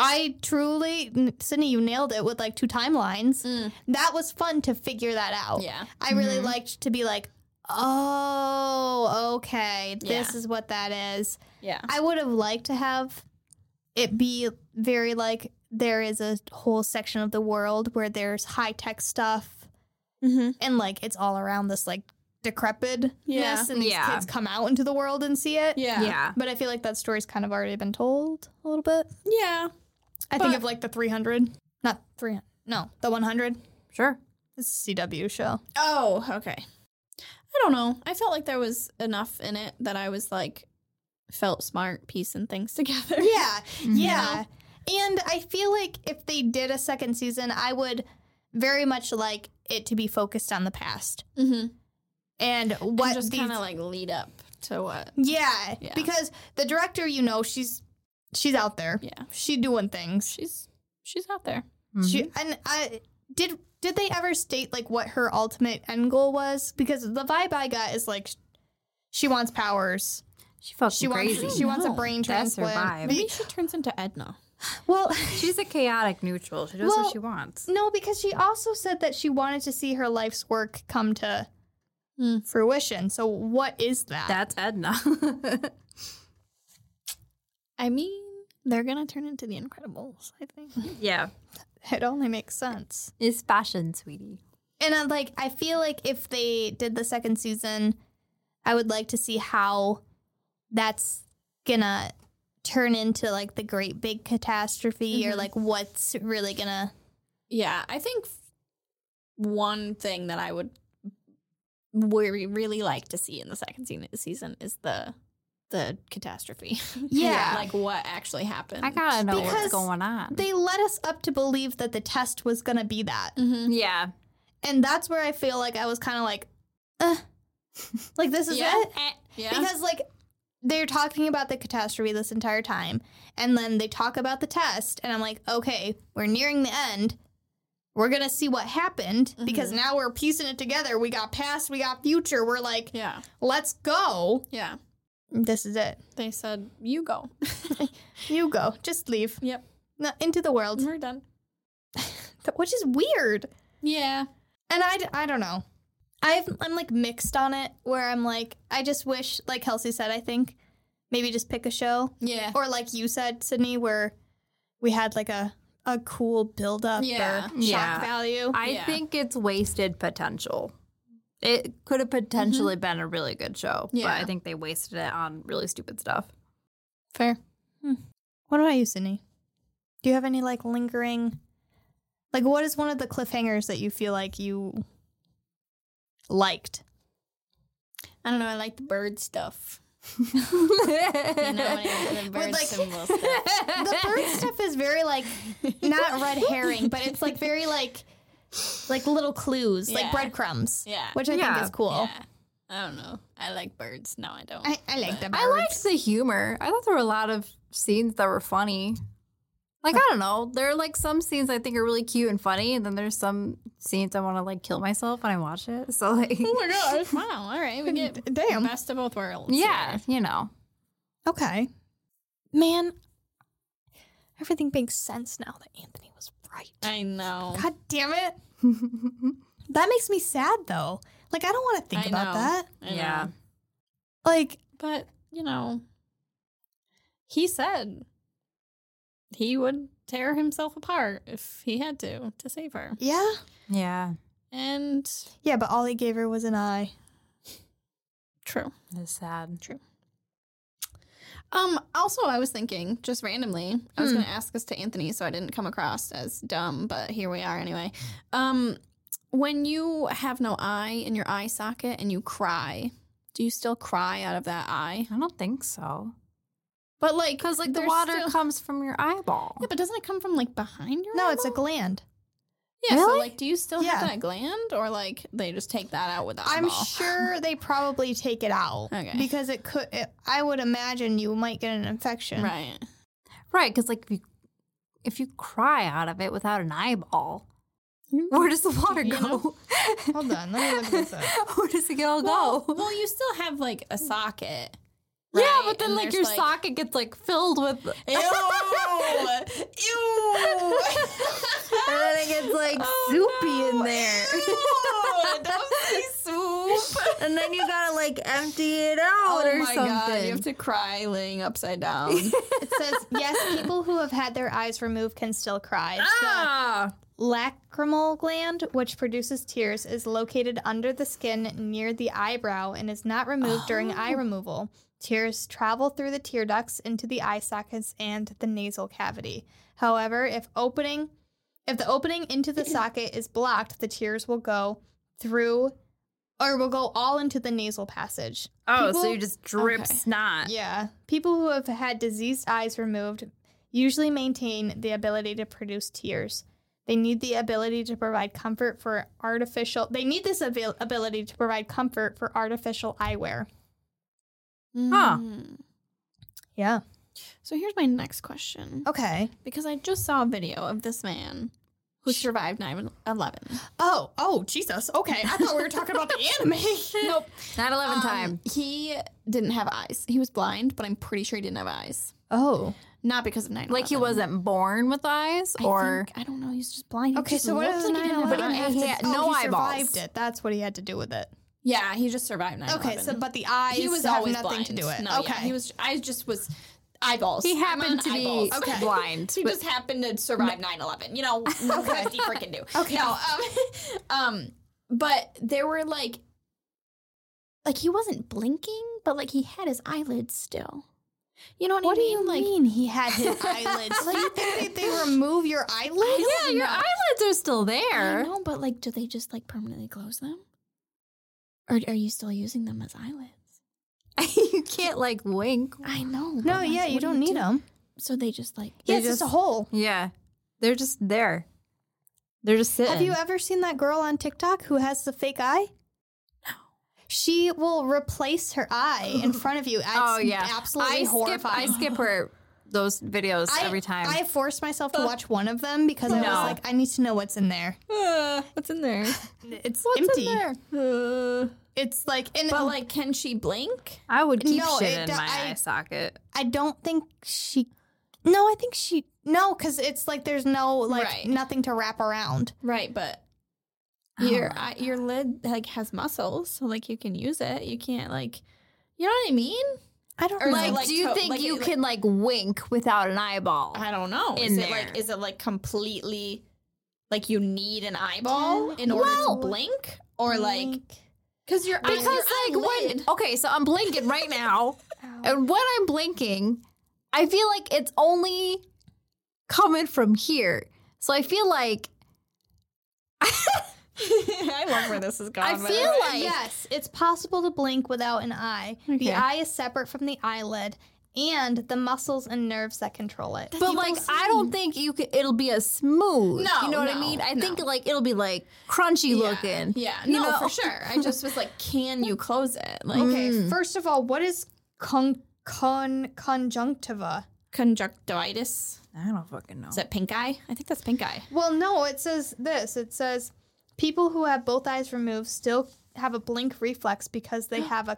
I truly, Sydney, you nailed it with like two timelines.
Mm.
That was fun to figure that
Oh.
out.
Yeah.
I really liked to be like, oh, okay, this
Yeah.
is what that is.
Yeah.
I would have liked to have it be very like there is a whole section of the world where there's high tech stuff
Mm-hmm.
and like it's all around this like decrepitness
Yeah.
and these
Yeah.
kids come out into the world and see it.
Yeah.
Yeah.
But I feel like that story's kind of already been told a little bit.
Yeah.
I think
But-
of like the 300. Not 300. No, the 100.
Sure.
It's a CW show.
Oh, okay. I don't know. I felt like there was enough in it that I was like, felt smart piecing things together.
Yeah. Yeah. Mm-hmm. And I feel like if they did a second season, I would very much like it to be focused on the past
Mm-hmm.
and
What
what
just
these
kind of like lead up to what?
Yeah,
Yeah.
because the director, you know, she's she's out there.
Yeah.
She doing things.
She's she's out there.
She
Mm-hmm.
and I did did they ever state like what her ultimate end goal was? Because the vibe I got is like she wants powers.
She fucking
She
crazy.
wants she wants a
No,
brain
that's her
transplant.
vibe.
Be-
Maybe she turns into Edna.
Well,
She's a chaotic neutral. She does
Well,
what she wants.
no, because she also said that she wanted to see her life's work come to
Hmm.
fruition. So what is that?
That's Edna.
I mean, they're gonna turn into the Incredibles. I think.
yeah.
it only makes sense.
It's fashion, sweetie.
And I'm like, I feel like if they did the second season, I would like to see how that's gonna turn into like the great big catastrophe or
Mhm.
like what's really gonna.
Yeah, I think f- one thing that I would we really like to see in the second se- season is the the catastrophe.
Yeah.
like what actually happened.
I gotta know
Because
what's going on.
They led us up to believe that the test was gonna be that.
Mhm.
yeah.
And that's where I feel like I was kind of like, Ugh. like this is
Yeah. Eh,
it?
Yeah.
Because like they're talking about the catastrophe this entire time, and then they talk about the test, and I'm like, okay, we're nearing the end. We're gonna see what happened
Mm-hmm.
because now we're piecing it together. We got past, we got future. We're like,
yeah.
let's go.
Yeah.
This is it.
They said you go.
You go. Just leave.
Yep. Mm-hmm.
No, into the world,
We're done.
which is weird.
Yeah.
And I, d- I don't know. I've, I'm like mixed on it where I'm like, I just wish, like Kelsey said, I think maybe just pick a show
Yeah.
or like you said, Sydney, where we had like a a cool build up
Yeah.
or shock
Yeah.
value.
I
Yeah.
think it's wasted potential. It could have potentially been a really good show,
Mm-hmm. Yeah.
but I think they wasted it on really stupid stuff.
Fair.
what about you, Sydney? Do you have any like lingering, like what is one of the cliffhangers that you feel like you liked?
I don't know. I like the bird stuff. You know, when
yeah.
I get the bird
like-
symbol stuff.
The bird stuff is very like not red herring, but it's like very like like little clues,
Yeah.
like breadcrumbs,
Yeah.
which I think
Yeah.
is cool.
Yeah. I don't know. I like birds. No, I don't.
I, I like the birds.
I liked the humor. I thought there were a lot of scenes that were funny. Like I don't know, there are like some scenes I think are really cute and funny, and then there's some scenes I want to like kill myself when I watch it. So like,
Oh my gosh. Wow. All right. We get
Damn.
best of both worlds.
yeah, you know,
Okay. Man, everything makes sense now that Anthony was right.
here. I know.
God damn it. That makes me sad though. Like, I don't want to think
I
about
know.
that.
I
Yeah.
know.
Like,
But, you know, he said he would tear himself apart if he had to to save her.
yeah.
yeah,
And
Yeah, but all he gave her was an eye.
true.
it's sad.
Um, also I was thinking, just randomly, I
Hmm.
was gonna ask this to Anthony so I didn't come across as dumb, but here we are anyway. Um when you have no eye in your eye socket and you cry, do you still cry out of that eye?
I don't think so,
But like,
because like the
there's
water
still-
comes from your eyeball.
yeah, but doesn't it come from like behind your?
No, it's a
eyeball?
gland.
yeah. So
Really?
like, do you still
Yeah.
have that gland, or like they just take that out with the
I'm
eyeball?
sure they probably take it out.
Okay.
Because it could, it, I would imagine you might get an infection.
right.
Right, because like if you if you cry out of it without an eyeball, where does the water
Mm-hmm. You know?
go?
Hold on, let me look this up.
where does it all
Well,
go?
well, you still have like a socket.
yeah,
right?
but then
And
like
there's,
your socket gets like filled with,
Ew! Ew!
and then it gets like
Oh,
soupy in
no.
there, Oh
Ew, don't say soup.
and then you gotta like empty it out
oh
or
my
something.
god! You have to cry laying upside down.
Oh, It says, yes, people who have had their eyes removed can still cry. It's the-
ah,
lacrimal gland, which produces tears, is located under the skin near the eyebrow and is not removed during eye removal. Tears travel through the tear ducts into the eye sockets and the nasal cavity. However, if opening if the opening into the socket is blocked, the tears will go through or will go all into the nasal passage.
Oh, so
People-
you just drip
okay.
snot.
Yeah. People who have had diseased eyes removed usually maintain the ability to produce tears. They need the ability to provide comfort for artificial. They need this abil- ability to provide comfort for artificial eyewear.
Huh.
Mm.
Yeah.
So here's my next question.
Oh.
Okay.
Because I just saw a video of this man who survived 9 11.
Oh, oh, Jesus. Okay. I thought we were talking about the anime.
Nope.
Not 11
Um,
time.
He didn't have eyes. He was blind, but I'm pretty sure he didn't have eyes.
Oh.
Not because of 9
Like he wasn't born with eyes or.
I don't know. He's just blind. He
Okay,
just
so what
looked
if
like he didn't have
9/11
eyes.
he had no
oh, he
eyeballs.
survived it. That's what he had to do with it.
Yeah, he just survived 9
Okay. So, but the eyes
he was
have
always
nothing
blind.
to do with.
No,
okay.
okay. he was. I just was eyeballs.
He
I'm on
happened to be
eyeballs. Okay.
blind.
He just happened to survive 9 11. You know, what does he freaking do? Okay. No, um, um, but there were like, like he wasn't blinking, but like he had his eyelids still. You know what,
what do
I mean?
you
like,
mean he had his eyelids? Like, you think they, they remove your eyelids?
yeah, your eyelids are still
I
there.
know, but like, do they just like permanently close them? Or are you still using them as eyelids?
you can't like wink.
I know. but,
No,
like,
yeah, you
what do
don't need
do?
them.
So they just like.
Yeah,
They
it's just a
just-
hole.
Yeah. They're just there. They're just sitting.
Have you ever seen that girl on TikTok who has the fake eye? No. She will replace her eye in front of you. It's
Oh, yeah.
absolutely
I skip, I
horrifying.
skip her those videos
I-
every time.
I forced myself to watch one of them because I was
No.
like, I need to know what's in there.
what's in there?
It's
What's
empty.
in there?
It's like, and
But like, can she blink?
I would keep
No,
shit
it
in
do-
my
I-
eye socket.
I don't think she. No, I think she. No, because it's like there's no like
Right.
nothing to wrap around.
Right, but your eye, your lid like has muscles, so like you can use it. You can't like, you know what I mean?
I don't
Or
know.
is it,
Like,
like,
do you
to-
think
like-
you
like- Uh,
can like wink without an eyeball?
I don't know.
In
is it
there.
like is it like completely like you need an eyeball in order
Well-
to blink or like because your eye-
because
your
like when
eyelid-
okay, so I'm blinking right now, and when I'm blinking, I feel like it's only coming from here. So I feel like
I love where this is going.
I
by the
feel
way.
like
Yes, it's possible to blink without an eye.
Okay.
The eye is separate from the eyelid and the muscles and nerves that control it.
But like, I don't think you could. It'll be a smooth.
No,
you know what I
no,
mean. I
no.
think like it'll be like crunchy looking.
Yeah,
you
no,
know? Mm.
for sure. I just was like, can you close it? Like
Okay, first of all, what is con- con- conjunctiva?
conjunctivitis.
I don't fucking know.
Is that pink eye? I think that's pink eye.
Well, no, it says this. It says people who have both eyes removed still have a blink reflex because they have a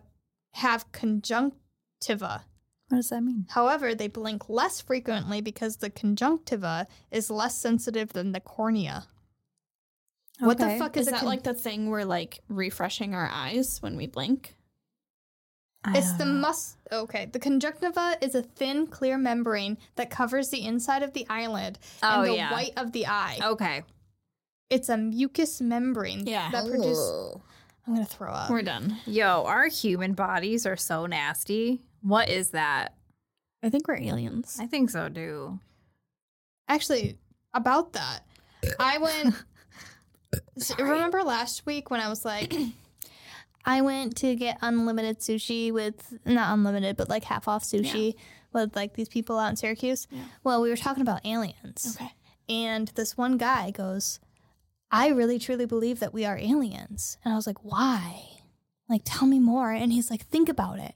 have conjunctiva.
What does that mean?
However, they blink less frequently because the conjunctiva is less sensitive than the cornea. What the
Okay.
fuck is,
Is
a
that
con-
like the thing where like refreshing our eyes when we blink?
It's the mus. Okay, the conjunctiva is a thin, clear membrane that covers the inside of the eyelid
Oh,
and the
yeah.
white of the eye.
Oh.
Okay.
It's a mucous membrane
Yeah.
that produces. I'm gonna throw up.
We're done.
Yo, our human bodies are so nasty. What is that?
I think we're aliens.
I think so, do.
Actually, about that, I went. S- Remember last week when I was like, I went to get unlimited sushi with not unlimited, but like half off sushi with like these people out in Syracuse. Well, we were talking about aliens.
Okay.
And this one guy goes, I really truly believe that we are aliens. And I was like, why? Like, tell me more. And he's like, think about it.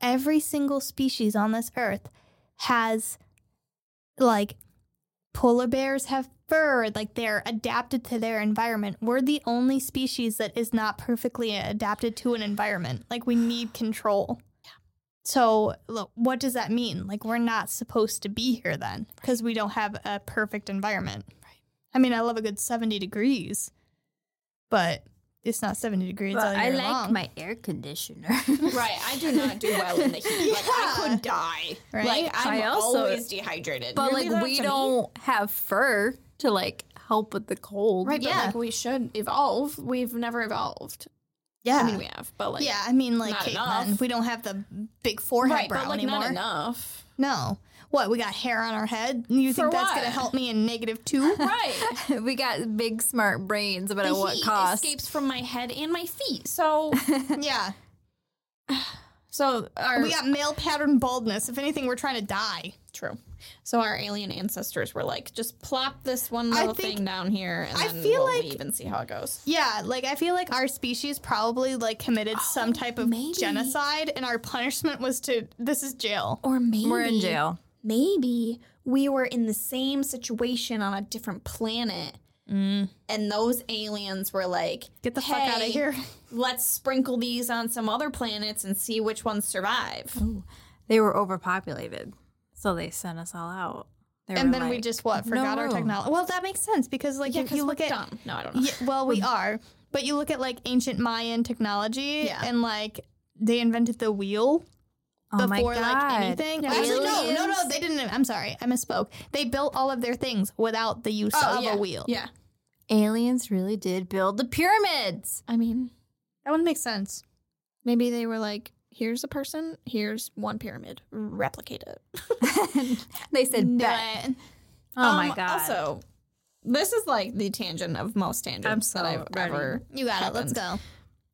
Every single species on this earth has, like, polar bears have fur, like, they're adapted to their environment. We're the only species that is not perfectly adapted to an environment. Like, we need control. So, look, what does that mean? Like, we're not supposed to be here then because we don't have a perfect environment. Right. I mean, I love a good 70 degrees, but it's not 70 degrees. all year long,
my air conditioner.
Right. I do not do well in the heat. Like I could die.
Right?
Like I'm
I also-
always dehydrated.
but
You're leaving
like
that
we
to me?
don't have fur to like help with the cold.
Right,
Yeah.
but like we should evolve. We've never evolved.
Yeah.
I mean, we have, but like
yeah, I mean, like,
not
Caitlin,
enough.
we don't have the big forehead
right,
brow
but like
anymore.
not enough.
No. What, we got hair on our head? You
For
think that's
what?
going to help me in negative two?
Right,
we got big smart brains, but
the
at what
heat
cost?
escapes from my head and my feet. So,
yeah.
so our
We got male pattern baldness. If anything, we're trying to die.
true. So our alien ancestors were like, just plop this one little
think-
thing down here, and
I
then
feel
we'll
like-
leave and see how it goes.
Yeah, like I feel like our species probably like committed some type of
Oh, maybe.
genocide and our punishment was to this is jail.
Or maybe
We're in jail.
Maybe we were in the same situation on a different planet, and those aliens were like,
Get the fuck out of
"Hey,
here.
let's sprinkle these on some other planets and see which ones survive.
They were overpopulated, so they sent us all out. They
And
were
then we
like,
just what? Forgot our
room.
technology. Well, that makes sense because like if you look at
dumb. No, I don't know.
yeah, well, we are, but you look at like ancient Mayan technology
Yeah.
and like they invented the wheel
oh my
before like
God.
anything. Actually, no, no, no,
Aliens?
they didn't. I'm sorry, I misspoke. They built all of their things without the use of
yeah.
a wheel.
Yeah,
Aliens really did build the pyramids.
I mean,
That one makes sense.
maybe they were like, "Here's a person. Here's one pyramid. Replicate it."
They said, bet.
But
"Oh my
Um,
god!"
Also, this is like the tangent of most tangents
I'm so
that I've
ready.
ever.
you got it. Let's
Happens.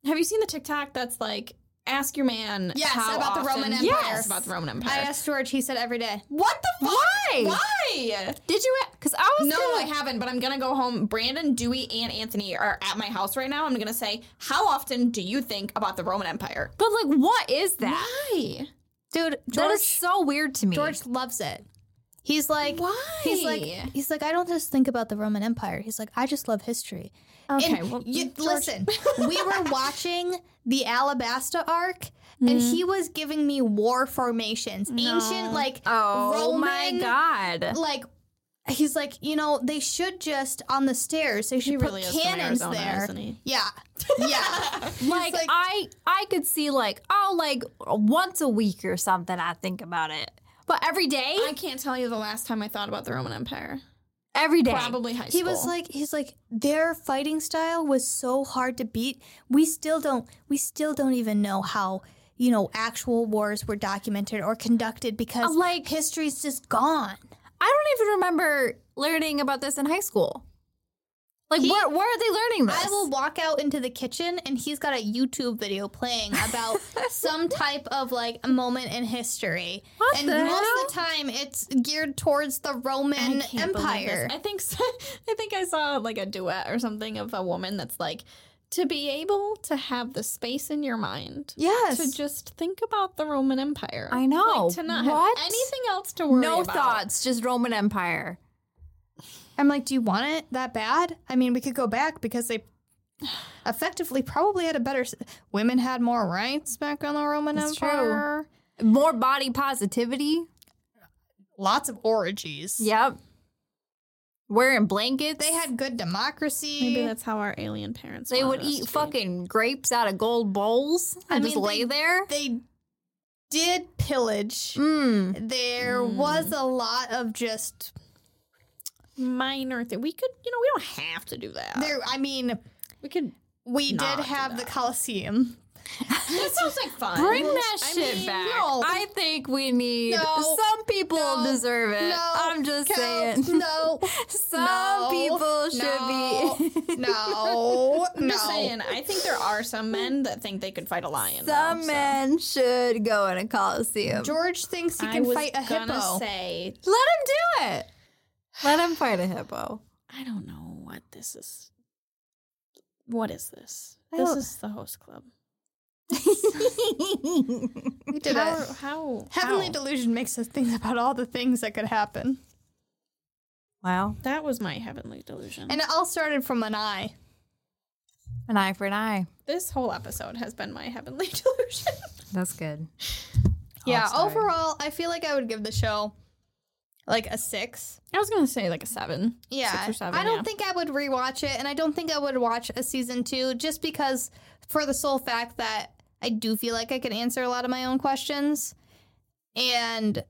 go.
Have you seen the TikTok that's like, ask your man?
Yes,
how
about the
often-
Roman Empire.
Yes, about the Roman Empire.
I asked George. He said every day.
what the fuck?
Why?
Why?
Did you? Because I was
No,
gonna-
I haven't, but I'm gonna go home. Brandon, Dewey, and Anthony are at my house right now. I'm gonna say, How often do you think about the Roman Empire?
But like, what is that?
Why?
Dude,
That
George,
is so weird to me.
George loves it. He's like,
Why?
He's like, he's like, I don't just think about the Roman Empire. He's like, I just love history.
Okay,
And
well,
you,
George-
listen, we were watching the Alabasta arc, and he was giving me war formations, ancient like
oh
Roman,
my god!
like. He's like, you know, they should just on the stairs. They should
He
put
really is from
cannons
Arizona,
there.
isn't he?
Yeah, yeah.
Like,
like-
I, I could see like oh like once a week or something. I think about it, but every day,
I can't tell you the last time I thought about the Roman Empire.
every day.
Probably high school.
He was like, he's like, their fighting style was so hard to beat. We still don't, we still don't even know how you know actual wars were documented or conducted because
Uh, like-
history's just gone.
I don't even remember learning about this in high school. Like, where, where are they learning this?
I will walk out into the kitchen and he's got a YouTube video playing about some type of like moment in history.
What
and
the
most
hell?
of the time it's geared towards the Roman Empire.
I think so. I think I saw like a duet or something of a woman that's like to be able to have the space in your mind
Yes.
to just think about the Roman Empire.
I know.
Like, to not
What?
have anything else to worry
no
about.
thoughts, just Roman Empire.
I'm like, do you want it that bad? I mean, we could go back because they effectively probably had a better. s- Women had more rights back on the Roman
That's true.
Empire.
More body positivity.
Lots of orgies.
Yep. Wearing blankets.
They had good democracy.
Maybe that's how our alien parents.
They
wanted
would
us
eat
to be.
fucking grapes out of gold bowls and
I
just
mean,
lay
they-
there.
They did pillage.
Mm.
There was a lot of just.
minor thing. We could, you know, we don't have to do that.
There, I mean,
we could.
we
Uh, Not
did
do
have the
that.
Colosseum.
That sounds like fun.
Bring that
I
shit
mean,
back.
no.
I think we need
No.
some people
No.
deserve it.
No,
I'm just
Cal-
saying.
No,
Some
No.
people should be
no,
I'm just
no.
saying. I think there are some men that think they could fight a lion.
Some
though, so.
men should go in a coliseum.
George thinks he
I
can
was
fight a
gonna
hippo.
say
Let him do it. Let him fight a hippo.
I don't know what this is. What is this?
I
This
don't-
is the host club.
we did it.
How? how
Heavenly
how?
delusion makes us think about all the things that could happen.
wow.
that was my heavenly delusion.
And it all started from an eye.
An eye for an eye.
this whole episode has been my heavenly delusion.
That's good.
yeah,
sorry.
overall, I feel like I would give the show like a six.
I was gonna say like a seven.
Yeah.
Six or seven,
I don't
yeah.
think I would rewatch it, and I don't think I would watch a season two just because, for the sole fact that I do feel like I could answer a lot of my own questions. And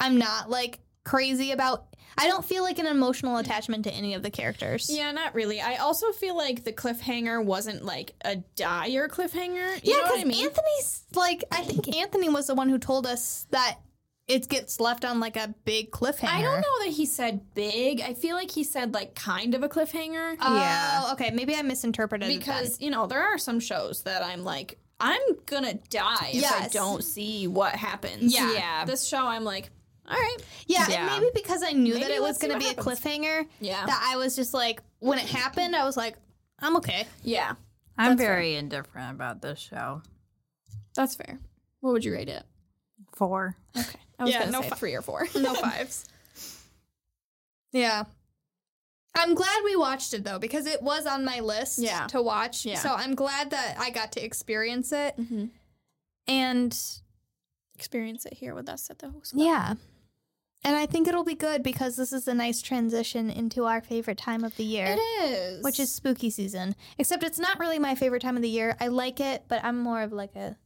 I'm not like crazy about. I don't feel like an emotional attachment to any of the characters.
Yeah, not really. I also feel like the cliffhanger wasn't like a dire cliffhanger. You
Yeah,
know what
because
I mean?
Anthony's like I think Anthony was the one who told us that it gets left on like a big cliffhanger.
I don't know that he said big. I feel like he said like kind of a cliffhanger
Oh,
Yeah.
okay. Maybe I misinterpreted it then.
because, you know, there are some shows that I'm like I'm going to die if I
Yes.
don't see what happens.
Yeah.
Yeah.
This show I'm like, all right.
Yeah,
Yeah.
and maybe because I knew that
Maybe
it
let's
was
see
going to
what
be
happens.
a cliffhanger,
Yeah.
that I was just like, when it happened, I was like, I'm okay.
yeah.
I'm very indifferent about this show.
That's fair. What would you rate it?
Four.
I was
Yeah,
gonna
no
say
fi-
three or four.
No fives. yeah. I'm glad we watched it though because it was on my list
Yeah.
to watch.
Yeah.
So I'm glad that I got to experience it.
Mhm.
And
Experience it here with us at the host.
yeah. And I think it'll be good because this is a nice transition into our favorite time of the year.
It is.
which is spooky season. Except it's not really my favorite time of the year. I like it, but I'm more of like a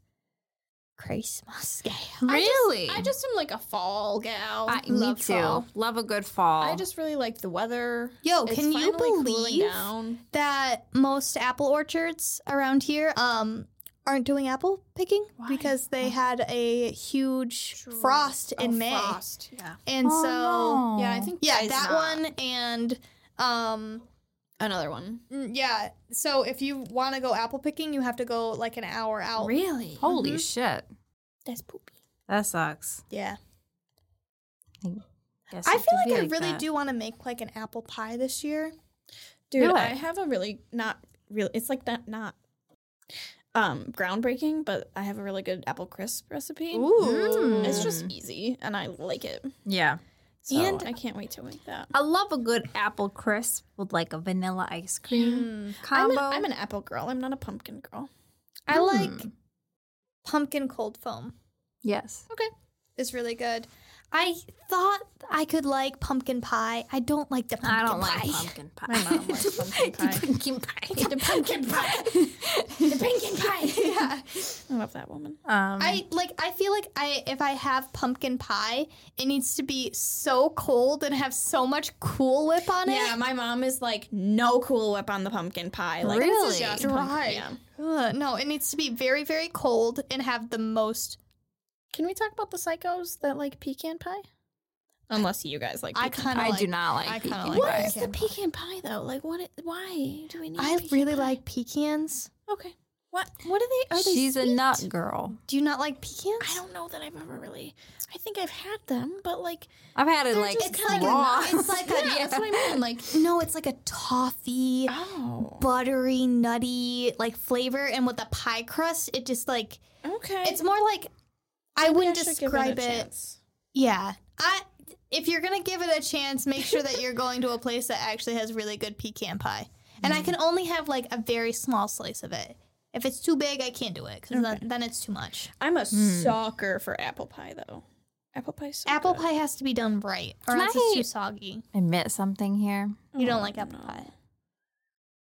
Christmas gal.
Really?
I just am like a fall gal.
I, me
Love
too.
fall.
Love a good fall.
I just really like the weather.
Yo,
It's
can you
finally cooling
believe
down.
that most apple orchards around here um aren't doing apple picking
Why?
because they had a huge frost in
Oh,
May,
Frost. Yeah.
and
Oh,
so
no.
Yeah, I think
yeah,
it's
that
not.
one and um
Another one.
mm, yeah. So if you want to go apple picking, you have to go like an hour out.
Really?
Holy shit.
That's poopy.
That sucks.
Yeah.
Guess
I feel
it could
like
be
I really
that.
do want to make like an apple pie this year.
Dude,
Do it.
I have a really not real. It's like not not um groundbreaking, but I have a really good apple crisp recipe.
Ooh.
It's just easy, and I like it.
Yeah. So-
and I can't wait to make that.
I love a good apple crisp with like a vanilla ice cream
I'm
combo.
an, I'm an apple girl. I'm not a pumpkin girl.
I like pumpkin cold foam.
yes.
It's really good. I thought I could like pumpkin pie. I don't like the pumpkin
I don't
pie.
like pumpkin pie. My mom likes pumpkin pie. pumpkin pie.
The pumpkin pie. the pumpkin pie.
Yeah.
I love that woman.
Um,
I like I feel like I if I have pumpkin pie, it needs to be so cold and have so much cool whip on
Yeah,
it.
my mom is like no Cool Whip on the pumpkin pie. Like
Really?
this is just
Dry.
pumpkin- Yeah.
Ugh, no, it needs to be very, very cold and have the most
Can we talk about the psychos that like pecan pie? Unless you guys like.
I
pecan
kinda
I
like,
do not like
I kinda
pecan
like
pie.
What is
Pecan
the pecan pie though? Like what? i- Why do we need?
I
pecan
really
pie?
like pecans.
Okay. What? What are they? Are they?
She's a
sweet?
nut girl.
Do you not like pecans?
I don't know that I've ever really. I think I've had them, but like.
I've had it
they're
like
just kinda
raw.
like a nut- It's like a. Yeah, That's what I mean. Like.
No, it's like a toffee.
Oh.
buttery, nutty like flavor, and with the pie crust, it just like
Okay.
it's more like I
Maybe
wouldn't
should give
describe
a
it.
chance.
Yeah, I if you're gonna give it a chance, make sure that you're going to a place that actually has really good pecan pie, and
Mm.
I can only have like a very small slice of it. If it's too big, I can't do it because then, then it's too much.
I'm a sucker for apple pie though. Hmm. Apple pie. So
Apple
good.
pie has to be done right, or
Can
else it's
I-
too soggy.
Admit something here.
You
Oh,
don't like apple
no.
pie.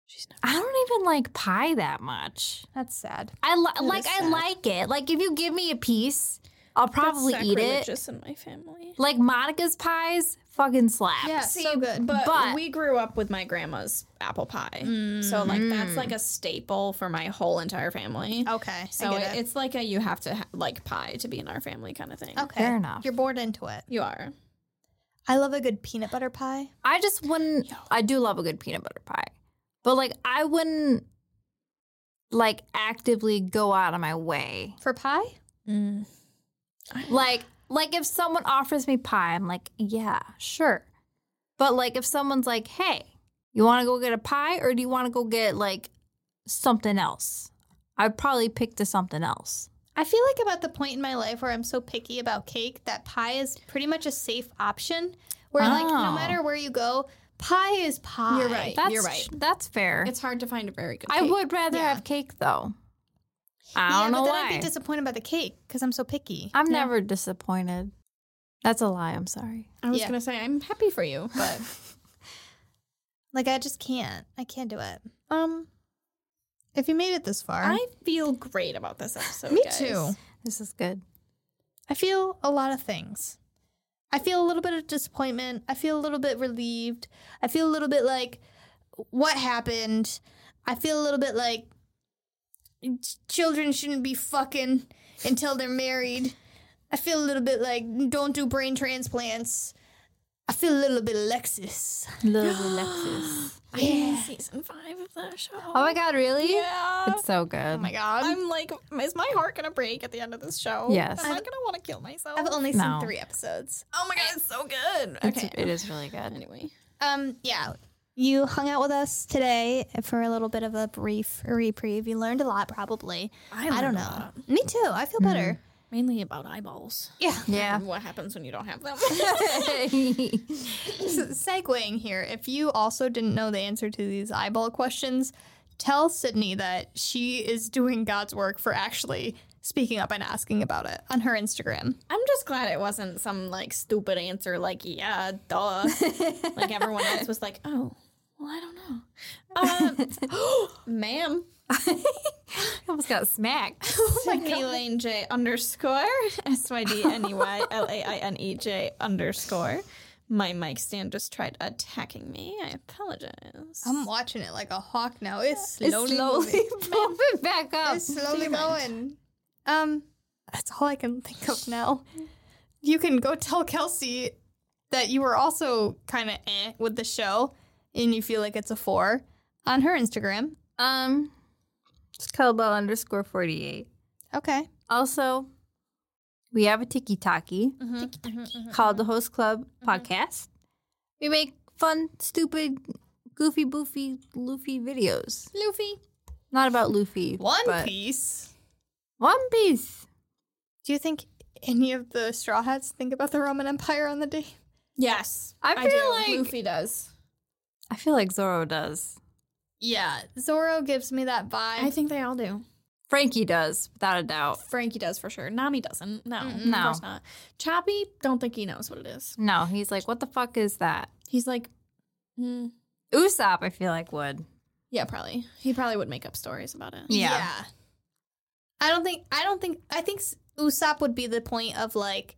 She's not.
I don't even like pie that much.
That's sad.
I li-
is
like I
sad.
like it. Like if you give me a piece, I'll
that's
probably eat it.
sacrilegious in my family.
Like Monica's pies, fucking slaps.
Yeah, so good.
But,
But-
we grew up with my grandma's apple pie. So like that's like a staple for my whole entire family.
Okay,
So
Mm. Oh, I get
it-
it.
it's like a you have to ha- like pie to be in our family kind of thing.
okay,
Fair enough.
You're bored into it.
You are.
I love a good peanut butter pie.
I just wouldn't. I do love a good peanut butter pie, but like I wouldn't like actively go out of my way.
For pie?
Like like if someone offers me pie, I'm like, yeah, sure. But like if someone's like, hey, you want to go get a pie or do you want to go get like something else? I'd probably pick the something else.
I feel like about the point in my life where I'm so picky about cake that pie is pretty much a safe option. Where like
Oh.
no matter where you go, pie is pie.
You're right.
That's
You're right.
That's fair.
It's hard to find a very good.
I
cake.
would rather have cake though. I
yeah,
don't know
but then
why.
I'd be disappointed by the cake because I'm so picky.
I'm never disappointed. That's a lie. I'm sorry.
I was
yeah.
gonna say I'm happy for you, but
Like I just can't. I can't do it. Um, if you made it this far,
I feel great about this episode.
me
guys.
too.
This is good.
I feel a lot of things. I feel a little bit of disappointment. I feel a little bit relieved. I feel a little bit like, what happened? I feel a little bit like ch- children shouldn't be fucking until they're married. I feel a little bit like don't do brain transplants. I feel a little bit Oh Alexis.
Little Alexis.
I need season five of that show.
Oh my god, really?
Yeah.
It's so good.
Oh my god.
I'm like, is my heart gonna break at the end of this show?
Yes.
Am I gonna want to kill myself?
I've only seen
No.
three episodes.
oh my god, it's so good.
It's,
okay.
It is really good.
Anyway,
Um, yeah. You hung out with us today for a little bit of a brief reprieve. You learned a lot, probably. I don't
learned a
know.
lot.
Me too. I feel better.
Mainly about eyeballs.
Yeah.
Yeah.
And what happens when you don't have them?
segueing here, if you also didn't know the answer to these eyeball questions, tell Sydney that she is doing God's work for actually speaking up and asking about it on her Instagram.
I'm just glad it wasn't some like stupid answer like, yeah, duh. like everyone else was like, oh, well, I don't know. Um, ma'am,
almost got smacked.
Elaine J underscore S Y D N E Y L A I N E J underscore. My mic stand just tried attacking me. I apologize.
I'm watching it like a hawk now. It's
It's
slowly, moving.
slowly popping back up.
It's slowly going. Um, that's all I can think of now. You can go tell Kelsey that you were also kind of eh with the show, and you feel like it's a four on her Instagram.
Um, it's Kobo underscore 48.
Okay.
Also, we have a tiki taki called the Host Club podcast. We make fun, stupid, goofy, boofy, loofy videos.
Luffy.
Not about Luffy.
One
but-
Piece.
One Piece.
Do you think any of the Straw Hats think about the Roman Empire on the day?
Yes.
I
I
feel
do.
like
Luffy does.
I feel like Zoro does.
Yeah, Zoro gives me that vibe.
I think they all do.
Frankie does, without a doubt.
Frankie does for sure. Nami doesn't. No,
no.
of course not. Choppy, don't think he knows what it is.
No, he's like, what the fuck is that?
He's like, hmm.
Usopp, I feel like would.
yeah, probably. He probably would make up stories about it.
Yeah.
I don't think. I don't think. I think Usopp would be the point of like.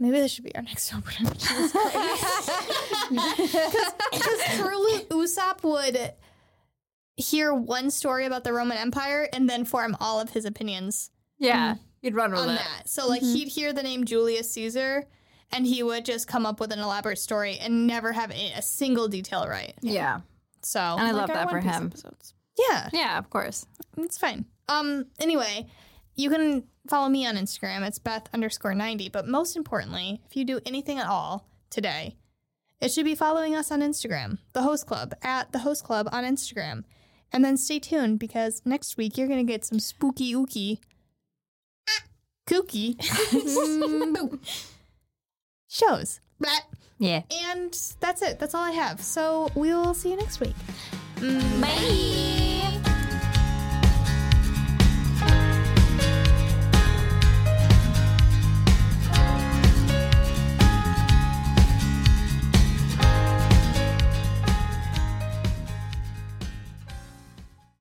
Maybe this should be our next opener. Because truly, Usopp would hear one story about the Roman Empire and then form all of his opinions
Yeah, you'd run with
on
it.
that. So, like, he'd hear the name Julius Caesar and he would just come up with an elaborate story and never have a, a single detail right.
Yeah,
So,
and I
Like
love
our
that
One
for
Piece
him.
episodes.
yeah.
Yeah, of course.
It's fine. Um. Anyway, you can follow me on Instagram. It's Beth underscore ninety. But most importantly, if you do anything at all today, it should be following us on Instagram, the Host Club at the Host Club on Instagram, and then stay tuned because next week you're gonna get some spooky ooky, kooky shows. Blah.
Yeah.
And that's it. That's all I have. So we will see you next week. Bye.